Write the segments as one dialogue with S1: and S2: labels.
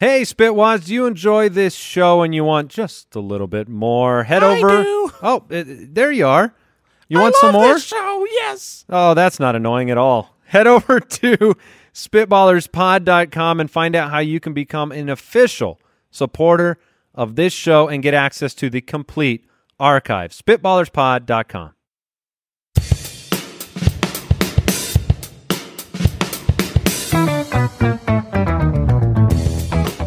S1: Hey, Spitwads, do you enjoy this show and you want just a little bit more? Head
S2: I
S1: over.
S2: do.
S1: Oh, uh, there you are. You
S2: I
S1: want some
S2: love
S1: more?
S2: This show, yes.
S1: Oh, that's not annoying at all. Head over to spitballerspod.com and find out how you can become an official supporter of this show and get access to the complete archive. Spitballerspod.com.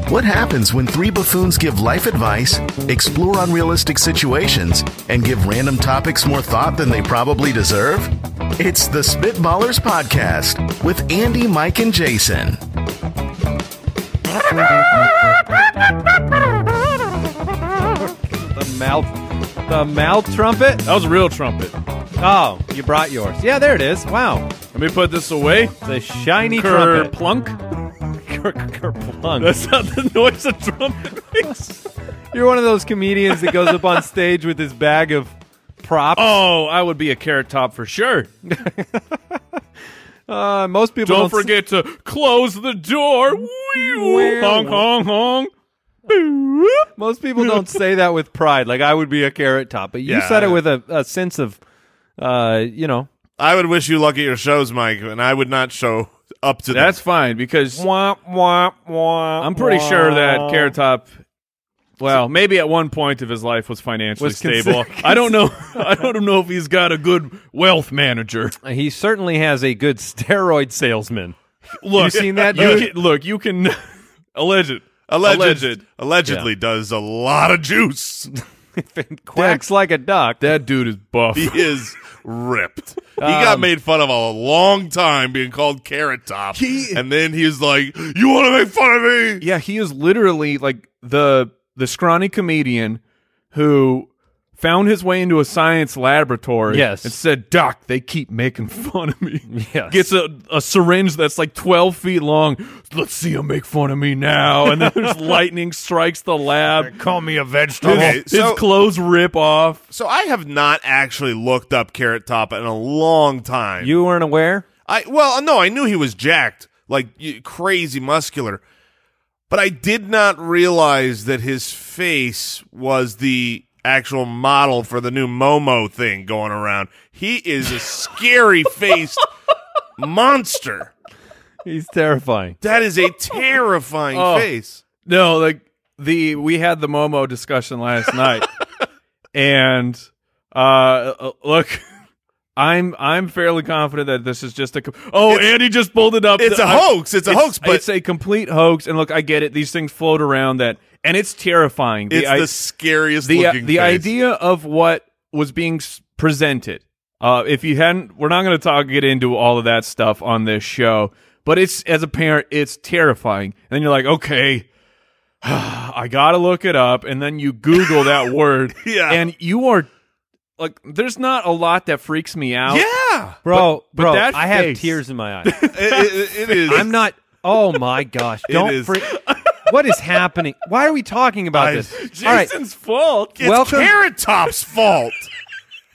S3: What happens when three buffoons give life advice, explore unrealistic situations, and give random topics more thought than they probably deserve? It's the Spitballers Podcast with Andy, Mike, and Jason.
S1: The mouth, the mouth trumpet.
S2: That was a real trumpet.
S1: Oh, you brought yours. Yeah, there it is. Wow,
S2: Let me put this away.
S1: the shiny
S2: Ker
S1: trumpet.
S2: plunk.
S1: Kerplunk.
S2: That's not the noise a trumpet makes.
S1: You're one of those comedians that goes up on stage with his bag of props.
S2: Oh, I would be a carrot top for sure.
S1: Uh, most people
S2: Don't
S1: don't, s-
S2: forget to close the door. Wee- Honk, honk, honk.
S1: Most people don't say that with pride. Like I would be a carrot top, but you
S4: Yeah.
S1: said it with a, a sense of, uh, you know,
S4: I would wish you luck at your shows, Mike, and I would not show up to
S2: That's fine because
S1: wah, wah, wah,
S2: I'm pretty sure that Carrot Top, well, maybe at one point of his life was financially
S1: Was consi-
S2: stable. I don't know. I don't know if he's got a good wealth manager.
S1: he certainly has a good steroid salesman.
S2: Look,
S1: You seen that,
S2: you
S1: dude?
S2: can- look, you can alleged,
S4: Alleged,
S2: alleged.
S4: allegedly does a lot of juice.
S1: Quacks like a duck.
S2: That dude is buff.
S4: He is ripped. He
S2: Um,
S4: got made fun of a long time being called Carrot Top,
S2: He-
S4: and then he's like, "You want to make fun of me?"
S2: Yeah, he is literally like the the scrawny comedian who found his way into a science laboratory
S1: Yes.
S2: and said, Doc, they keep making fun of me.
S1: Yes.
S2: Gets a, a syringe that's like 12 feet long. Let's see him make fun of me now. And then there's lightning strikes the lab.
S4: Call me a vegetable.
S2: His,
S4: Okay, so,
S2: his clothes rip off.
S4: so I have not actually looked up Carrot Top in a long time.
S1: You weren't aware?
S4: I well, no, I knew he was jacked, like y- crazy muscular, but I did not realize that his face was the actual model for the new Momo thing going around. He is a scary faced monster.
S1: He's terrifying.
S4: That is a terrifying
S2: Oh.
S4: face.
S2: No, like the we had the Momo discussion last night, and uh, uh, look, I'm I'm fairly confident that this is just a. com- Oh, Andy just pulled it up.
S4: It's a
S2: I-
S4: hoax. It's a hoax, but
S2: it's a complete hoax. And look, I get it. These things float around that, and it's terrifying.
S4: it's
S2: i-
S4: the scariest
S2: the uh,
S4: looking.
S2: the
S4: face.
S2: idea of what was being s- presented. Uh, if you hadn't, we're not going to talk get into all of that stuff on this show. But it's as a parent, it's terrifying. And then you're like, okay, I gotta look it up. And then you Google that word,
S4: Yeah.
S2: and you are like, there's not a lot that freaks me out.
S4: Yeah,
S1: Bro,
S2: but
S1: bro,
S2: that
S1: I have
S2: face-
S1: tears in my eyes.
S4: It- it- it is.
S1: I'm not. Oh my gosh! Don't
S4: is.
S1: freak. What is happening? Why are we talking about
S4: I-
S1: this? All right,
S2: Jason's fault.
S4: It's
S1: welcome-
S4: Carrot Top's fault.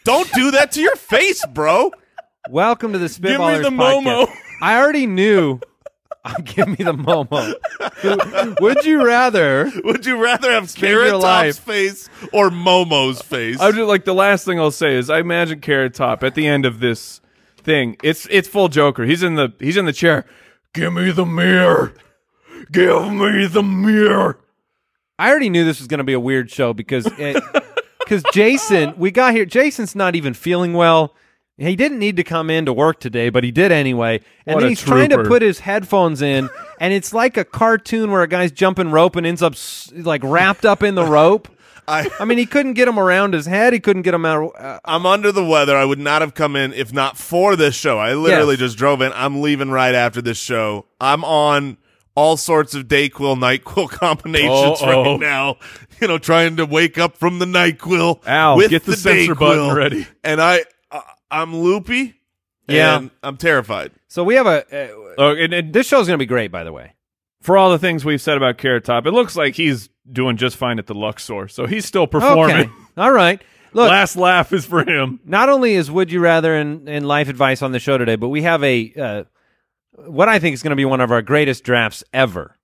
S4: Don't do that to your face, bro.
S1: welcome to the
S2: me
S1: Spitballers
S2: the
S1: podcast.
S2: Momo.
S1: I already knew. give me the Momo. Would you rather?
S4: Would you rather have
S1: your
S4: Carrot Top's
S1: life.
S4: face or Momo's face?
S2: I just like the last thing I'll say is I imagine Carrot Top at the end of this thing. It's it's full Joker. He's in the he's in the chair. Give me the mirror. Give me the mirror.
S1: I already knew this was going to be a weird show because because Jason, we got here. Jason's not even feeling well. He didn't need to come in to work today, but he did anyway. And
S2: What
S1: then
S2: a
S1: he's trying to
S2: trooper.
S1: put his headphones in, and it's like a cartoon where a guy's jumping rope and ends up s- like wrapped up in the rope.
S4: I,
S1: I mean, he couldn't get him around his head. He couldn't get him out. Uh,
S4: I'm under the weather. I would not have come in if not for this show. I literally
S1: Yes.
S4: just drove in. I'm leaving right after this show. I'm on all sorts of Dayquil, Nyquil combinations
S2: Uh-oh.
S4: right now. You know, trying to wake up from the Nyquil.
S2: Al,
S4: with
S2: get the sensor
S4: Dayquil.
S2: button ready.
S4: And I, I I'm loopy.
S1: Yeah.
S4: and I'm terrified.
S1: so we have a. Uh,
S2: Oh, and, and
S1: this show's going to be great, by the way.
S2: for all the things we've said about Carrot Top, it looks like he's doing just fine at the Luxor. So he's still performing.
S1: Okay. All right. Look,
S2: Last laugh is for him.
S1: not only is would you rather and, and life advice on the show today, but we have a uh, what I think is going to be one of our greatest drafts ever.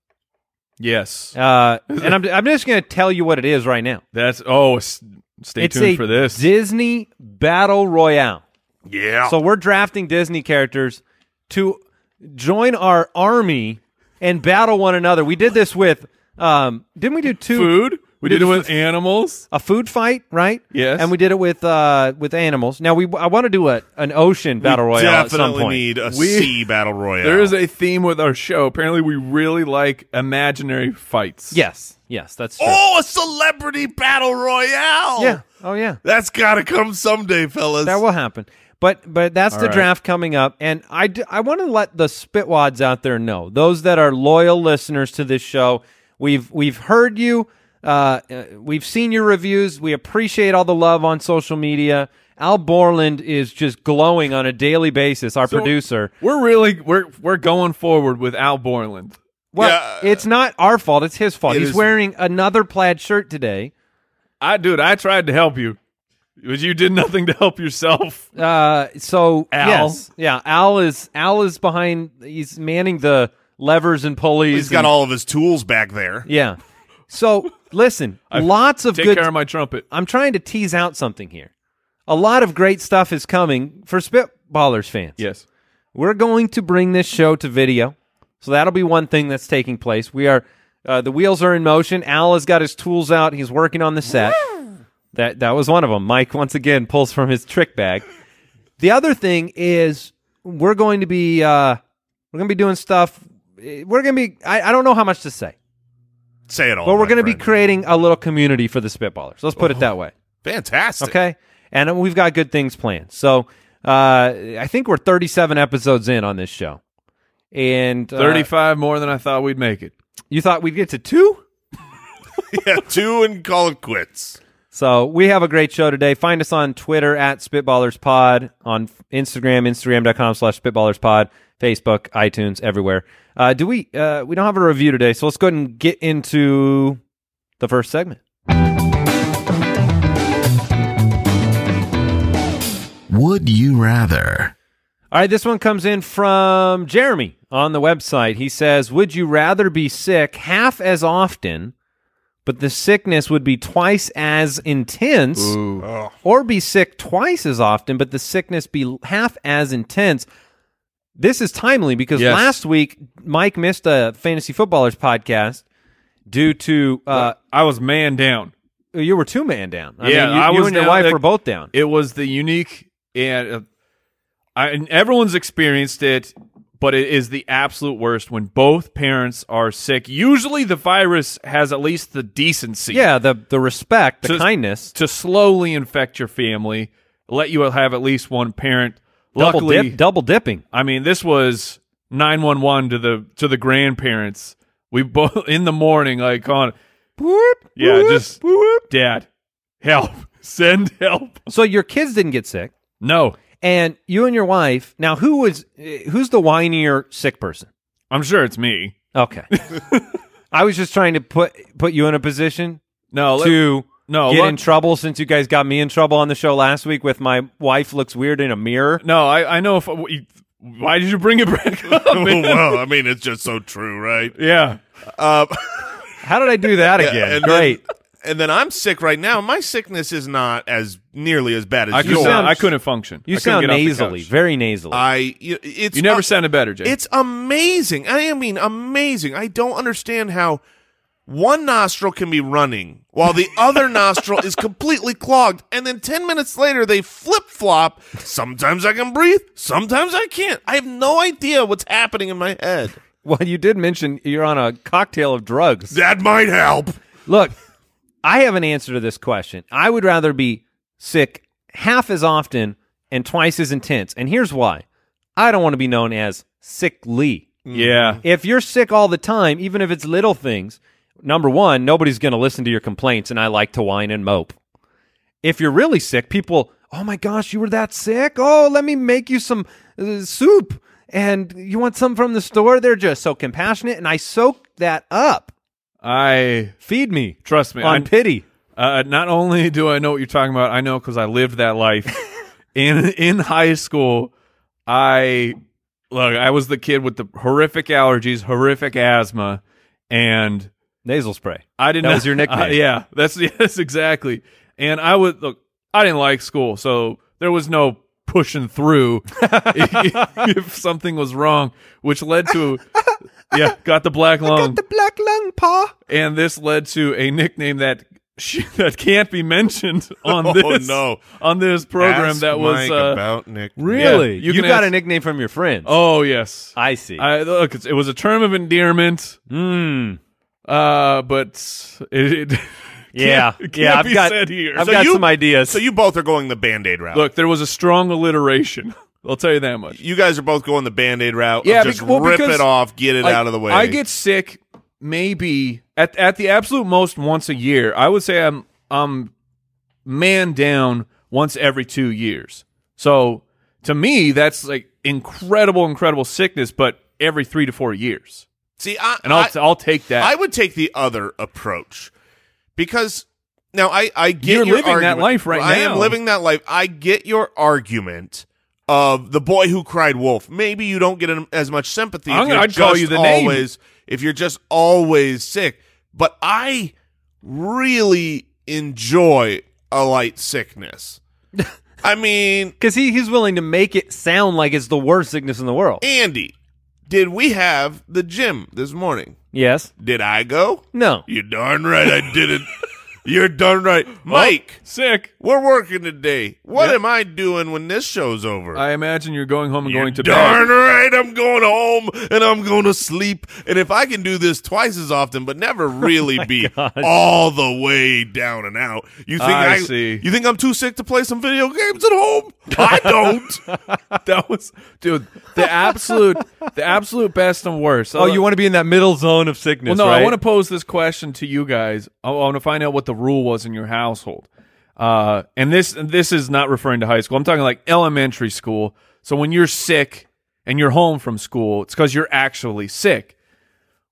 S2: Yes.
S1: Uh, and I'm, I'm just going to tell you what it is right now.
S2: That's oh, s- stay
S1: it's a
S2: tuned for this.
S1: Disney Battle Royale.
S4: Yeah.
S1: So we're drafting Disney characters to join our army and battle one another. We did this with, um, didn't we do two?
S2: Food. We
S1: did
S2: did it
S1: this
S2: with animals.
S1: A food fight, right?
S2: Yes.
S1: And we did it with uh, with animals. Now we I want to do a, an ocean battle royale at some
S4: Definitely
S1: point.
S4: need a
S2: We-
S4: sea battle royale.
S2: There is a theme with our show. Apparently, we really like imaginary fights.
S1: yes, yes, that's true.
S4: oh, a celebrity battle royale.
S1: yeah, oh yeah.
S4: That's got to come someday, fellas.
S1: That will happen. But but that's the
S2: right.
S1: draft coming up, and I d- I want to let the spitwads out there know those that are loyal listeners to this show. We've we've heard you, uh, uh, we've seen your reviews. We appreciate all the love on social media. Al Borland is just glowing on a daily basis. Our producer.
S2: We're really we're we're going forward with Al Borland.
S1: Well,
S4: Yeah.
S1: it's not our fault. It's his fault.
S4: It
S1: He's
S4: is-
S1: wearing another plaid shirt today.
S2: I dude, I tried to help you, but you did nothing to help yourself.
S1: Uh, so
S2: Al.
S1: yes, yeah. Al is Al is behind. He's manning the levers and pulleys.
S4: He's got
S1: and-
S4: all of his tools back there.
S1: Yeah. So listen, lots of
S2: Take
S1: good.
S2: care of my trumpet.
S1: I'm trying to tease out something here. A lot of great stuff is coming for Spitballers fans.
S2: Yes.
S1: We're going to bring this show to video. So that'll be one thing that's taking place. We are uh, the wheels are in motion. Al has got his tools out. He's working on the set. that that was one of them. Mike once again pulls from his trick bag. The other thing is we're going to be uh, we're going to be doing stuff. eh, We're going to be. I, I don't know how much to say.
S4: Say it all.
S1: But we're
S4: my
S1: going to be
S4: friend. Oh.
S1: creating a little community for the Spitballers. Let's put it that way.
S4: fantastic.
S1: Okay. And we've got good things planned. So uh, I think we're 37 episodes in on this show. And uh,
S2: 35 more than I thought we'd make it.
S1: You thought we'd get to two?
S4: yeah, two and call it quits.
S1: So we have a great show today. Find us on Twitter at SpitballersPod, on Instagram, Instagram.com slash SpitballersPod, Facebook, iTunes, everywhere. Uh, do we, uh, we don't have a review today, so let's go ahead and get into the first segment.
S3: Would you rather?
S1: All right, this one comes in from Jeremy on the website. He says, "Would you rather be sick half as often, but the sickness would be twice as intense, or be sick twice as often, but the sickness be half as intense?" This is timely because
S2: Yes.
S1: last week Mike missed a fantasy footballers podcast due to uh,
S2: I was man down.
S1: you were two man down. I
S2: Yeah,
S1: mean, you,
S2: I
S1: you
S2: was
S1: and your
S2: down.
S1: wife
S2: Like-
S1: were both down.
S2: It was the unique and, uh, I, and everyone's experienced it, but it is the absolute worst when both parents are sick. Usually the virus has at least the decency
S1: yeah, the the respect, the
S2: So-
S1: kindness.
S2: to slowly infect your family, let you have at least one parent.
S1: Double,
S2: Luckily,
S1: dip, double dipping.
S2: I mean, this was nine one one to the to the grandparents. We both in the morning, like on, yeah, just dad, help, send help.
S1: So your kids didn't get sick,
S2: No,
S1: and you and your wife. Now, who was eh, who's the whinier sick person?
S2: I'm sure it's me.
S1: Okay, I was just trying to put put you in a position
S2: No, let-
S1: to
S2: no,
S1: get
S2: let-
S1: in trouble since you guys got me in trouble on the show last week with my wife looks weird in a mirror.
S2: no. I I know if we- why did you bring it back up? man?
S4: well, I mean, it's just so true, right?
S2: yeah,
S4: Uh,
S1: How did I do that again?
S4: and
S1: Great.
S4: Then, and then I'm sick right now. My sickness is not as nearly as bad as
S2: I
S4: yours.
S2: couldn't. I couldn't function.
S1: you
S2: I couldn't
S1: sound
S2: get off the
S1: nasally,
S2: couch.
S1: very nasally.
S4: I you- it's
S2: You never
S4: uh,
S2: sounded better, Jay.
S4: It's amazing. I mean, amazing. I don't understand how one nostril can be running while the other nostril is completely clogged, and then 10 minutes later they flip flop. Sometimes I can breathe, sometimes I can't. I have no idea what's happening in my head.
S1: well, you did mention you're on a cocktail of drugs.
S4: That might help.
S1: Look, I have an answer to this question. I would rather be sick half as often and twice as intense. And here's why I don't want to be known as sickly.
S2: Mm. yeah,
S1: If you're sick all the time, even if it's little things, number one, nobody's going to listen to your complaints, and I like to whine and mope. If you're really sick, people, oh my gosh, you were that sick? Oh, let me make you some uh, soup. And you want some from the store? They're just so compassionate, and I soak that up.
S2: I
S1: Feed me.
S2: trust me.
S1: on
S2: I,
S1: pity.
S2: Uh, not only do I know what you're talking about, I know because I lived that life. in in high school, I look. I was the kid with the horrific allergies, horrific asthma, and
S1: Nasal spray.
S2: I didn't.
S1: That was your nickname.
S2: Uh, yeah, that's yes, exactly. And I would look. I didn't like school, so there was no pushing through if, if something was wrong, which led to yeah, got the black lung,
S1: black lung paw.
S2: and this led to a nickname that sh- that can't be mentioned on this
S4: Oh, no.
S2: on this program
S4: Ask
S2: that was
S4: Mike
S2: uh,
S4: about Nick.
S1: Really?
S2: Yeah,
S1: you
S2: you can
S1: got
S2: ask-
S1: a nickname from your friends.
S2: oh yes.
S1: I see.
S2: I, look, it's, it was a term of endearment,
S4: Hmm.
S1: Mm.
S2: uh, but it, it
S1: Yeah.
S2: can't,
S1: Yeah,
S2: can't
S1: I've
S2: be
S1: got-
S2: said here.
S1: I've
S4: So
S1: got
S4: you-
S1: some ideas.
S4: So you both are going the band aid route.
S2: Look, there was a strong alliteration. I'll tell you that much.
S4: you guys are both going the band aid route.
S2: Yeah,
S4: Yeah, just
S2: bec- well,
S4: rip
S2: because,
S4: it off, get it
S2: Like,
S4: out of the way.
S2: I get sick maybe at at the absolute most once a year. I would say I'm I'm man down once every two years. So to me, that's like incredible, incredible sickness, but every three to four years.
S4: see, I,
S2: And I'll
S4: I-
S2: I, will i will take that.
S4: I would take the other approach because now I, I get
S2: You're
S4: your
S2: living that
S4: argument.
S2: life right
S4: I am
S2: now.
S4: living that life. I get your argument of the boy who cried wolf. Maybe you don't get an- as much sympathy.
S2: I'm
S4: if
S2: gonna-
S4: you're
S2: I'd call
S4: just
S2: you the name.
S4: always if you're just always sick. But I really enjoy a light sickness. I mean,
S1: Because he, he's willing to make it sound like it's the worst sickness in the world.
S4: Andy, did we have the gym this morning?
S1: Yes.
S4: Did I go?
S1: No.
S4: You darn right I didn't. You're darn right. Mike,
S2: sick.
S4: we're working today. What am I doing when this show's over?
S2: I imagine you're going home and
S4: You're
S2: going to
S4: darn
S2: bed.
S4: right I'm going home and I'm going to sleep. And if I can do this twice as often but never
S2: Oh
S4: really be all the way down and out. You think
S2: I
S4: I,
S2: see.
S4: You think I'm too sick to play some video games at home? I don't.
S2: That was dude, the absolute the absolute best and worst.
S1: Oh, you want to be in that middle zone of sickness,
S2: Well, no,
S1: right?
S2: I want to pose this question to you guys. I, want to find out what the rule was in your household. Uh, and this and this is not referring to high school. I'm talking like elementary school. So when you're sick and you're home from school, it's because you're actually sick.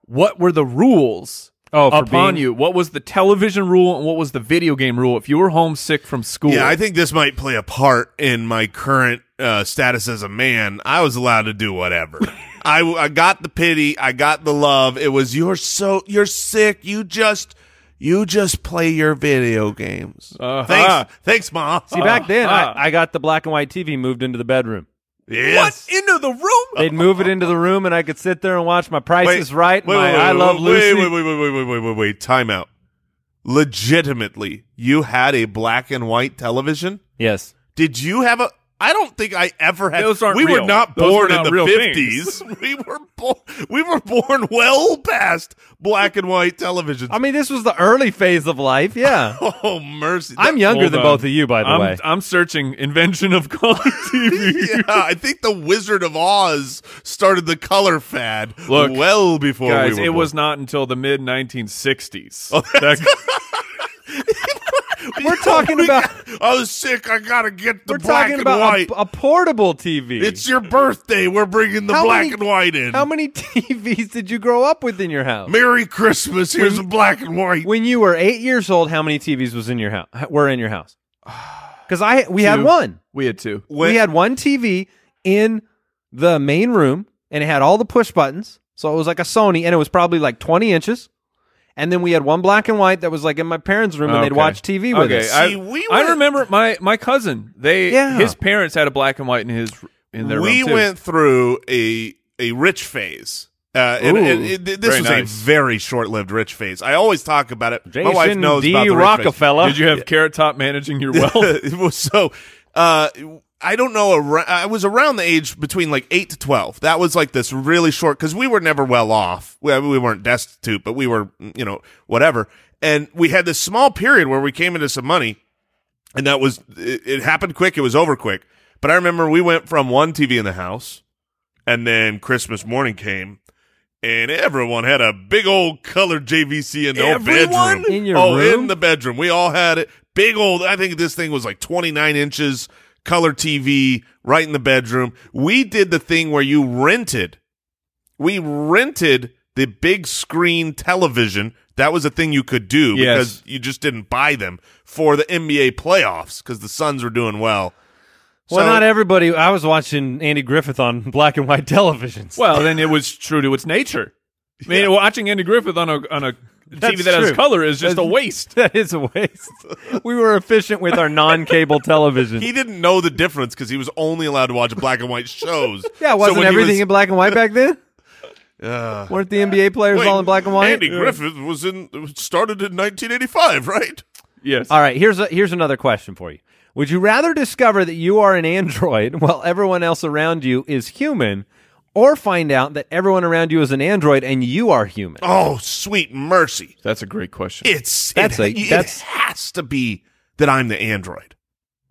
S2: What were the rules
S1: Oh, for
S2: upon
S1: being-
S2: you? What was the television rule and what was the video game rule if you were homesick from school?
S4: yeah, I think this might play a part in my current uh, status as a man. I was allowed to do whatever. I, I got the pity. I got the love. It was you're so you're sick. You just you just play your video games.
S2: Uh-huh.
S4: Thanks, thanks, mom.
S1: See, back then,
S2: Ah.
S1: I, I got the black and white TV moved into the bedroom.
S4: Yes.
S2: What into the room?
S1: They'd move it into the room, and I could sit there and watch my Price
S4: Wait,
S1: is Right,
S4: wait,
S1: my
S4: wait,
S1: I
S4: wait,
S1: Love
S4: wait,
S1: Lucy.
S4: Wait, wait, wait, wait, wait, wait, wait, wait. Time out. Legitimately, you had a black and white television.
S1: Yes.
S4: Did you have a? I don't think I ever had.
S2: Those aren't
S4: we
S2: real.
S4: were not
S2: Those
S4: born
S2: were
S4: in
S2: not
S4: the
S2: real
S4: fifties. we were bo- we were born well past black and white television.
S1: I mean, this was the early phase of life. Yeah.
S4: oh mercy!
S1: I'm
S4: That-
S1: younger
S2: Hold
S1: than
S2: on.
S1: both of you, by the
S2: I'm,
S1: way.
S2: I'm searching invention of color TV.
S4: Yeah, I think the Wizard of Oz started the color fad
S2: Look,
S4: well before
S2: Guys,
S4: we were
S2: it
S4: born.
S2: was not until the mid 1960s.
S1: Oh,
S2: That-
S1: We're talking
S4: We
S1: about
S4: got- I was Oh, sick. I gotta get the
S1: we're
S4: black
S1: talking
S4: and
S1: about
S4: white.
S1: a, a portable TV.
S4: it's your birthday. We're bringing the
S1: How
S4: black
S1: many-
S4: and white in.
S1: How many TVs did you grow up with in your house?
S4: Merry Christmas. Here's a black and white.
S1: When you were eight years old, how many TVs was in your house? Were in your house? Because I we had
S2: Two.
S1: one.
S2: we had two.
S4: When-
S1: we had one TV in the main room, and it had all the push buttons. So it was like a Sony, and it was probably like twenty inches. And then we had one black and white that was like in my parents' room, and they'd
S2: Okay.
S1: watch TV with
S2: okay,
S1: us.
S2: I,
S4: See, we
S2: I
S4: went-
S2: remember my my cousin. They
S1: Yeah.
S2: his parents had a black and white in his in their
S4: we
S2: room too.
S4: went through a a rich phase. Uh, and,
S2: Ooh,
S4: and it, this
S2: very
S4: was
S2: nice.
S4: a very short-lived rich phase. I always talk about it. My wife
S1: Jason
S4: knows
S1: D.
S4: about the rich phase.
S1: Rockefeller.
S2: Did you have Carrot Top managing your wealth?
S4: It was so uh, I don't know. ar- I was around the age between like eight to twelve. That was like this really short because we were never well off. We, I mean, we weren't destitute, but we were you know whatever. And we had this small period where we came into some money, and that was it, it happened quick. It was over quick. But I remember we went from one TV in the house, and then Christmas morning came. And everyone had a big old colored JVC in their
S2: Everyone?
S4: bedroom
S1: In your
S4: oh,
S1: room?
S4: in the bedroom. We all had it. Big old, I think this thing was like 29 inches, color TV, right in the bedroom. We did the thing where you rented. We rented the big screen television. That was a thing you could do
S2: Yes.
S4: because you just didn't buy them for the NBA playoffs because the Suns were doing well.
S1: well,
S4: So-
S1: not everybody. I was watching Andy Griffith on black and white televisions.
S2: well, then it was true to its nature. I mean, watching Andy Griffith on a on a TV
S1: That's
S2: that has
S1: true.
S2: color is just
S1: That's-
S2: a waste.
S1: That is a waste. we were efficient with our non-cable television.
S4: He didn't know the difference because he was only allowed to watch black and white shows.
S1: yeah,
S4: So
S1: wasn't
S4: when he
S1: everything
S4: was-
S1: in black and white back then? Weren't the NBA players
S4: Wait,
S1: all in black and white?
S4: Andy Griffith was in started in 1985, right?
S2: Yes.
S1: All right, here's a, here's another question for you. Would you rather discover that you are an android while everyone else around you is human, or find out that everyone around you is an android and you are human?
S4: Oh, sweet mercy!
S2: That's a great question.
S4: It's
S1: That's
S4: it,
S1: a-
S4: it
S1: that's-
S4: has to be that I'm the android.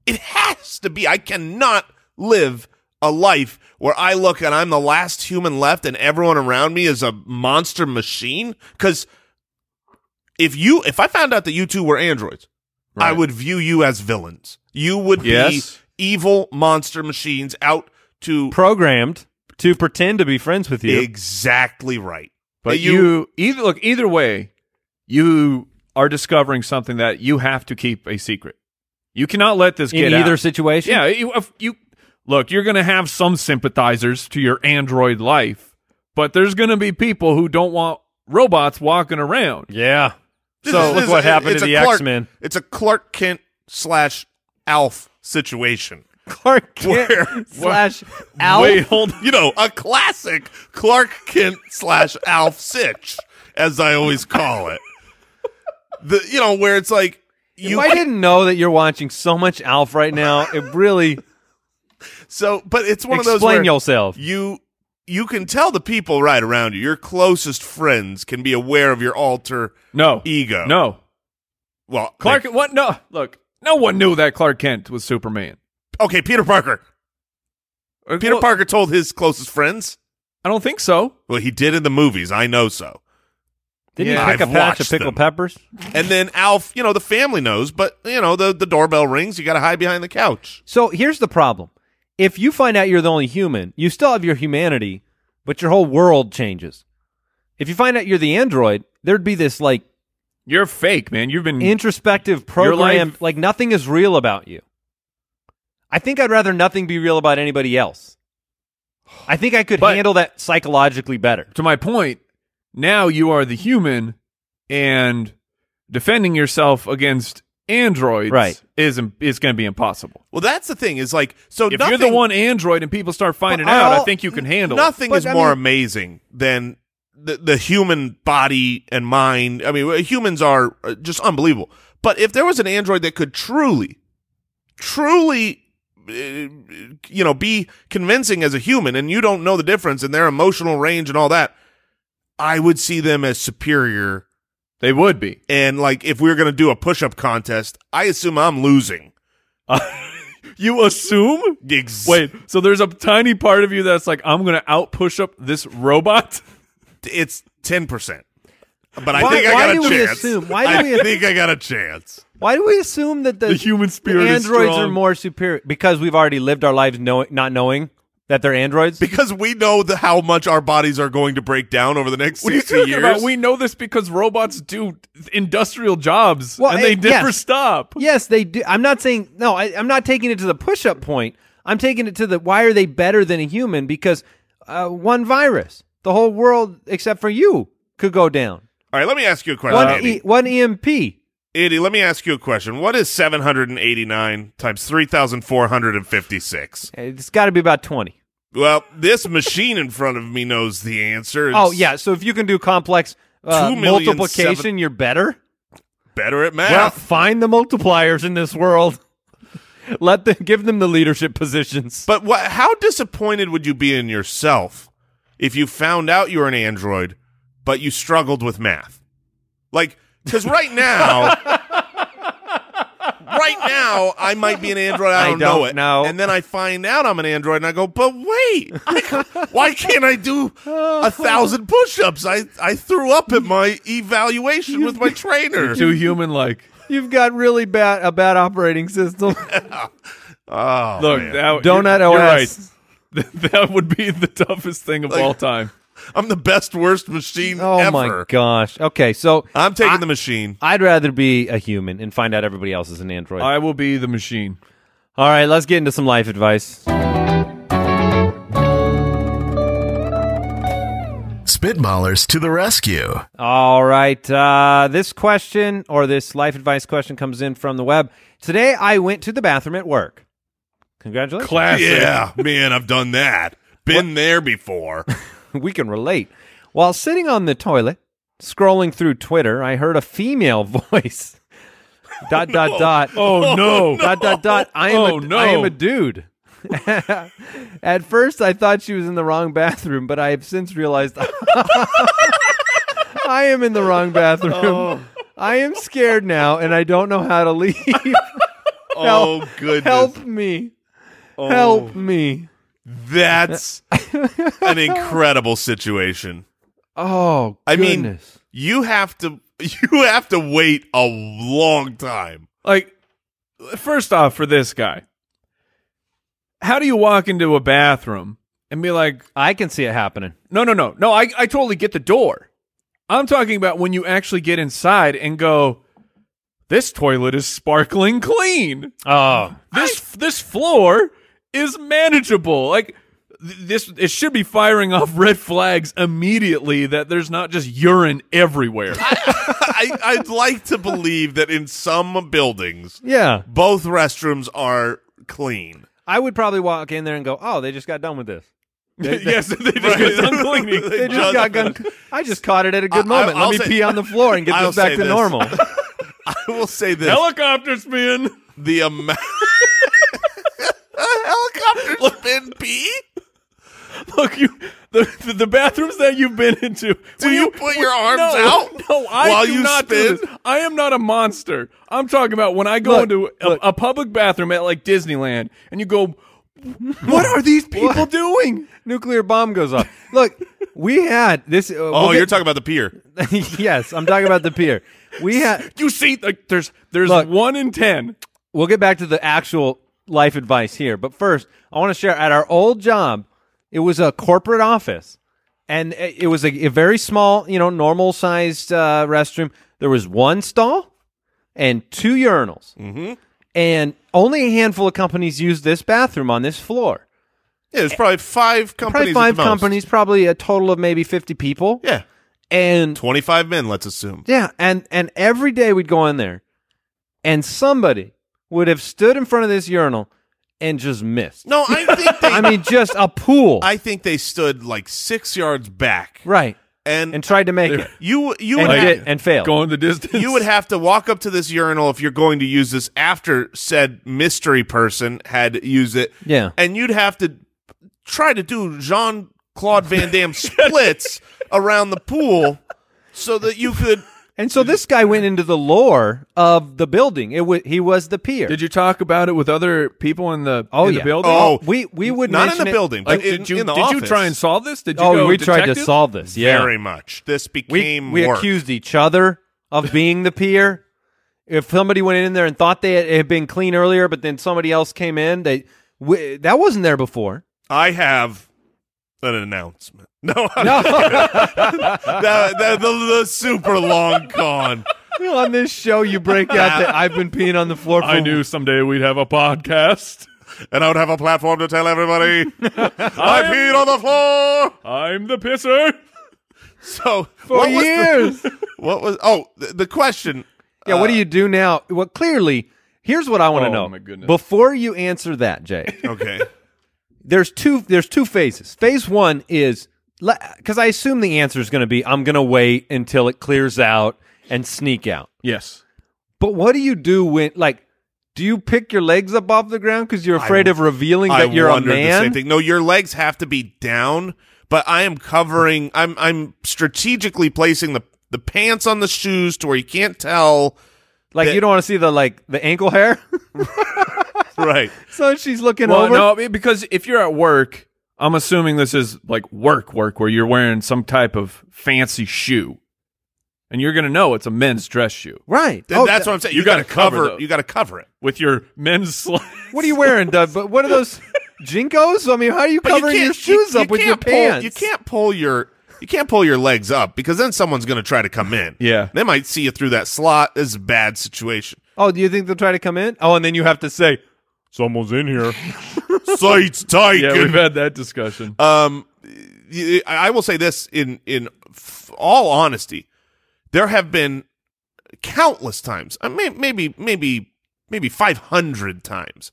S4: It has to be. I cannot live a life where I look and I'm the last human left, and everyone around me is a monster machine. Because if you, if I found out that you two were androids, I would view you as villains. You would
S2: Yes.
S4: be evil monster machines out to
S1: Programmed to pretend to be friends with you.
S4: exactly right.
S2: But you, either look either way, you are discovering something that you have to keep a secret. You cannot let this
S1: in
S2: get
S1: either
S2: out.
S1: situation.
S2: Yeah, you, if you look. You're going to have some sympathizers to your android life, but there's going to be people who don't want robots walking around.
S1: yeah.
S4: This
S1: so
S4: is-
S1: look
S4: this-
S1: what happened
S4: it's
S1: to the
S4: a Clark-
S1: X Men.
S4: It's a Clark Kent slash Alf situation.
S1: Clark Kent
S4: Where-
S1: slash Al.
S2: Wait, hold.
S4: You know, a classic Clark Kent slash Alf sitch, as I always call it. The you know where it's like you
S1: if I didn't know that you're watching so much Alf right now, it really
S4: so, but it's one of those
S1: explain
S4: where
S1: yourself.
S4: you you can tell the people right around you, your closest friends, can be aware of your alter
S2: No,
S4: ego.
S2: no,
S4: well,
S2: Clark. What? No, look. No one knew that Clark Kent was Superman. Uh,
S4: okay, Peter Parker. Peter
S2: Well,
S4: Parker told his closest friends.
S2: I don't think so.
S4: Well, he did in the movies. I know so.
S1: Didn't
S2: yeah,
S1: you pick
S4: I've
S1: a patch of
S4: watched
S1: pickled
S4: them.
S1: peppers?
S4: And then Alf, you know, the family knows, but you know, the the doorbell rings. You got to hide behind the couch.
S1: So here's the problem. If you find out you're the only human, you still have your humanity, but your whole world changes. If you find out you're the android, there'd be this like
S2: You're fake, man. You've been
S1: introspective
S2: Mm. Your life-
S1: program, like nothing is real about you. I think I'd rather nothing be real about anybody else. I think I could
S2: But-
S1: handle that psychologically better.
S2: to my point, now you are the human and defending yourself against androids
S1: Right.
S2: is is going to be impossible.
S4: Well, that's the thing. Is like so.
S2: If
S4: nothing,
S2: you're the one android and people start finding
S1: But
S2: out, I
S1: I'll-
S2: think you can handle
S4: nothing
S1: But,
S4: is
S1: I
S4: more
S1: mean-
S4: amazing than the the human body and mind. I mean, humans are uh, just unbelievable. But if there was an android that could truly, truly, uh, you know, be convincing as a human, and you don't know the difference in their emotional range and all that, I would see them as superior
S2: it. They would be.
S4: and like if we were going to do a push-up contest, I assume I'm losing.
S2: You assume?
S4: Ex-
S2: Wait, so there's a tiny part of you that's like, I'm going to out push up this robot?
S4: it's ten percent, but I
S1: Why-
S4: think I
S1: why
S4: got a
S1: do we
S4: chance.
S1: assume? Why do
S4: I
S1: we-
S4: think I got a chance.
S1: Why do we assume that the,
S2: The human spirit
S1: the
S2: is
S1: androids are
S2: strong.
S1: more superior because we've already lived our lives knowing, not knowing that they're androids?
S4: Because we know the, how much our bodies are going to break down over the next
S2: What are you
S4: sixty
S2: talking
S4: years.
S2: about? We know this because robots do industrial jobs
S1: Well,
S2: and they
S1: eh,
S2: never
S1: yes.
S2: stop.
S1: Yes, they do. I'm not saying no. I, I'm not taking it to the push-up point. I'm taking it to the why are they better than a human? Because uh, one virus, the whole world except for you could go down.
S4: all right, let me ask you a question,
S1: One
S4: Andy.
S1: e, one EMP.
S4: Andy, let me ask you a question. What is seven hundred and eighty-nine times three thousand four hundred and fifty-six?
S1: It's got to be about twenty.
S4: Well, this machine in front of me knows the answer. It's
S1: Oh yeah. So if you can do complex uh,
S4: Two million seven-
S1: multiplication, you're better.
S4: better at
S1: Well,
S4: math.
S1: find the multipliers in this world. Let them give them the leadership positions.
S4: But what, how disappointed would you be in yourself if you found out you were an android, but you struggled with math? Like, because right now, right now, I might be an android. I
S1: I
S4: don't, know
S1: don't
S4: it.
S1: know.
S4: And then I find out I'm an android, and I go, but wait, I ca- why can't I do a thousand push-ups? I I threw up at my evaluation with my trainer.
S2: Too human like.
S1: You've got really bad a bad operating system.
S4: Oh,
S2: Look,
S4: man.
S2: that,
S1: Donut
S2: you're,
S1: OS.
S2: You're right. that would be the toughest thing of all time.
S4: I'm the best worst machine
S1: Oh
S4: ever.
S1: my gosh. Okay, so
S4: I'm taking the machine.
S1: I'd rather be a human and find out everybody else is an android.
S2: I will be the machine.
S1: All right, let's get into some life advice.
S3: Spitballers to the rescue.
S1: All right. Uh, this question or this life advice question comes in from the web. Today I went to the bathroom at work. Congratulations.
S2: Classic.
S4: Yeah, man, I've done that. Been there before.
S1: we can relate. While sitting on the toilet, scrolling through Twitter, I heard a female voice. dot dot dot.
S2: Oh, no.
S1: Dot dot dot. I am
S2: Oh,
S1: a,
S2: no.
S1: I am a dude. At first, I thought she was in the wrong bathroom, but I have since realized I am in the wrong bathroom. I am scared now, and I don't know how to leave.
S4: Oh, goodness.
S1: Help me! Help me!
S4: That's an incredible situation.
S1: Oh,
S4: I mean-
S1: goodness.
S4: You have to you have to wait a long time.
S2: Like, first off, for this guy, how do you walk into a bathroom and be like,
S1: I can see it happening.
S2: no, no, no, no, I, I totally get the door. I'm talking about when you actually get inside and go, this toilet is sparkling clean.
S1: Oh,
S2: This this floor is manageable. Like th- this it should be firing off red flags immediately that there's not just urine everywhere.
S4: I, I'd like to believe that in some buildings,
S1: yeah.
S4: both restrooms are clean.
S1: I would probably walk in there and go, "Oh, they just got done with this.
S2: yes, they just
S4: Right.
S2: get done cleaning.
S4: They
S1: They just
S4: Just-
S1: got gun. I just caught it at a
S4: I-
S1: good
S4: I-
S1: moment.
S4: I'll
S1: Let me
S4: say-
S1: pee on the floor and get
S4: I'll
S1: this back
S4: say
S1: to
S4: this.
S1: normal."
S4: I will say this:
S2: Helicopter spin.
S4: the amount helicopter's been pee.
S2: Look, you the, the the bathrooms that you've been into.
S4: Do
S2: when
S4: you put your
S2: when-
S4: arms
S2: no,
S4: out
S2: No, I
S4: while
S2: do
S4: you
S2: not do
S4: spin?
S2: this. I am not a monster. I'm talking about when I go
S1: Look,
S2: into a,
S1: look.
S2: a public bathroom at like Disneyland, and you go, "What are these people doing?"
S1: Nuclear bomb goes off. Look, we had this. Uh,
S4: Oh, you're talking about the pier.
S1: talking. yes, I'm talking about the pier. We had.
S2: You see, like there's there's
S1: Look.
S2: one in ten.
S1: We'll get back to the actual life advice here, but first, I want to share at our old job, it was a corporate office, and it it was a, a very small, you know, normal sized uh, restroom. There was one stall and two urinals.
S4: Mm-hmm.
S1: and only a handful of companies use this bathroom on this floor.
S4: Yeah, there's probably five
S1: Eh, Probably
S4: companies.
S1: five
S4: at the most.
S1: companies, probably a total of maybe fifty people.
S4: Yeah,
S1: And
S4: twenty-five men. Let's assume.
S1: yeah, and and every day we'd go in there, and somebody would have stood in front of this urinal and just missed.
S4: No, I think they.
S1: I mean, just a pool,
S4: I think they stood like six yards back,
S1: right?
S4: and,
S1: And tried to make it,
S4: you you
S1: and
S4: would
S1: did,
S4: have,
S1: and failed.
S2: Going the distance.
S4: you would have to walk up to this urinal if you're going to use this after said mystery person had used it.
S1: Yeah.
S4: and you'd have to try to do Jean Claude Van Damme splits around the pool so that you could.
S1: and so this guy went into the lore of the building. It wa he was the peer.
S2: Did you talk about it with other people in the
S1: Oh,
S2: in
S1: yeah.
S2: the building?
S4: Oh,
S1: we we would
S4: not in
S1: mention
S4: the
S1: it-
S4: building,
S2: like
S4: but in,
S2: did you
S4: in the
S2: did you
S4: office.
S2: try and solve this? Did you
S1: Oh,
S2: go
S1: we tried to
S2: detective?
S1: solve this. Yeah,
S4: very much. This
S1: we,
S4: became
S1: we
S4: work.
S1: accused each other of being the peer. If somebody went in there and thought they had, it had been clean earlier, but then somebody else came in, they we, that wasn't there before.
S4: I have an announcement. No, I'm
S1: No,
S4: the, the, the, the super long con.
S1: on this show you break out that I've been peeing on the floor. For
S2: I knew someday we'd have a podcast.
S4: And I would have a platform to tell everybody I peed on the floor.
S2: I'm the pisser.
S4: So
S1: for
S4: what was the-
S1: years.
S4: what was? Oh, the, the question.
S1: yeah, what do you do now? Well, clearly, here's what I want to
S2: Oh,
S1: know.
S2: my goodness.
S1: Before you answer that, Jay,
S4: Okay.
S1: there's two there's two phases. Phase one is because I assume the answer is going to be I'm going to wait until it clears out and sneak out.
S2: Yes.
S1: But what do you do when like do you pick your legs up off the ground because you're afraid of revealing
S4: I
S1: that you're a
S4: wondered the same
S1: man?
S4: thing. No, your legs have to be down, but I am covering. I'm I'm strategically placing the the pants on the shoes to where you can't tell.
S1: Like you don't want to see the like the ankle hair.
S4: Right.
S1: so she's looking
S2: Well,
S1: over.
S2: no, I mean, because if you're at work, I'm assuming this is like work work where you're wearing some type of fancy shoe, and you're gonna know it's a men's dress shoe
S1: Right.
S4: Th-
S1: Oh,
S4: that's
S1: th-
S4: what I'm saying.
S2: you
S4: You, got to
S2: gotta cover
S4: cover.
S2: those.
S4: you got to cover it.
S2: with your men's slacks.
S1: what are you wearing, Doug? But what are those jinkos? I mean, how are you
S4: But you
S1: covering your
S4: can't-
S1: shoes
S4: you- you
S1: up with your
S4: can't pull-
S1: pants?
S4: You can't pull your you can't pull your legs up because then someone's going to try to come in.
S2: Yeah.
S4: They might see you through that slot. This is a bad situation.
S1: Oh, do you think they'll try to come in? Oh, and then you have to say,
S4: Someone's in here. Sights tight. Uh,
S2: Yeah, we've had that discussion.
S4: um y- I will say this in in f- all honesty, there have been countless times, I mean, maybe maybe maybe five hundred times,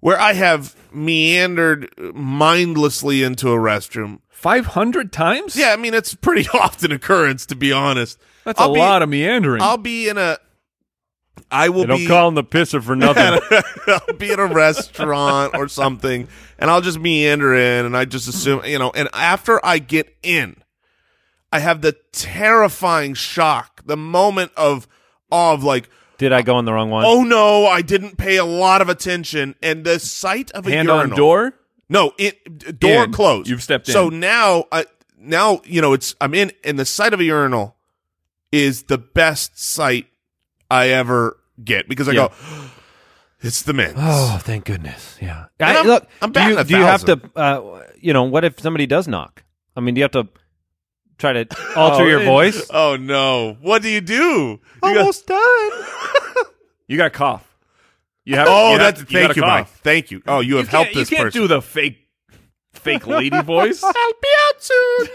S4: where I have meandered mindlessly into a restroom.
S2: Five hundred times?
S4: Yeah, I mean it's a pretty often occurrence to be honest.
S2: that's
S4: I'll
S2: a
S4: be-
S2: lot of meandering.
S4: I'll be in a. I will
S1: They don't
S4: be.
S1: call him the pisser for nothing.
S4: I'll be in a restaurant or something, and I'll just meander in, and I just assume, you know. And after I get in, I have the terrifying shock, the moment of awe of like,
S1: Did I go on the wrong one?
S4: oh no, I didn't pay a lot of attention, and the sight of a
S2: Hand
S4: urinal.
S2: on door.
S4: No, it door
S2: In.
S4: closed.
S2: You've stepped
S4: So
S2: in.
S4: now, I now you know it's I'm in, and the sight of a urinal is the best sight I ever get because I
S2: Yeah.
S4: go, it's the men's.
S1: Oh, thank goodness. Yeah.
S4: And
S1: I,
S4: I'm-
S1: look,
S4: I'm
S1: do,
S4: batting
S1: you,
S4: a
S1: do you have to,
S4: thousand.
S1: uh, you know, what if somebody does knock? I mean, do you have to try to alter your
S2: it-
S1: voice?
S4: Oh no! What do you do?
S2: Oh,
S4: You go-
S1: done.
S2: You got cough. You have.
S4: oh,
S2: you have-
S4: that's
S2: gotta
S4: thank you, Mike.
S2: cough.
S4: Thank you. Oh, you have
S2: you
S4: helped
S2: can't,
S4: this
S2: you can't
S4: person.
S2: do the fake, fake lady voice.
S4: I'll be out soon.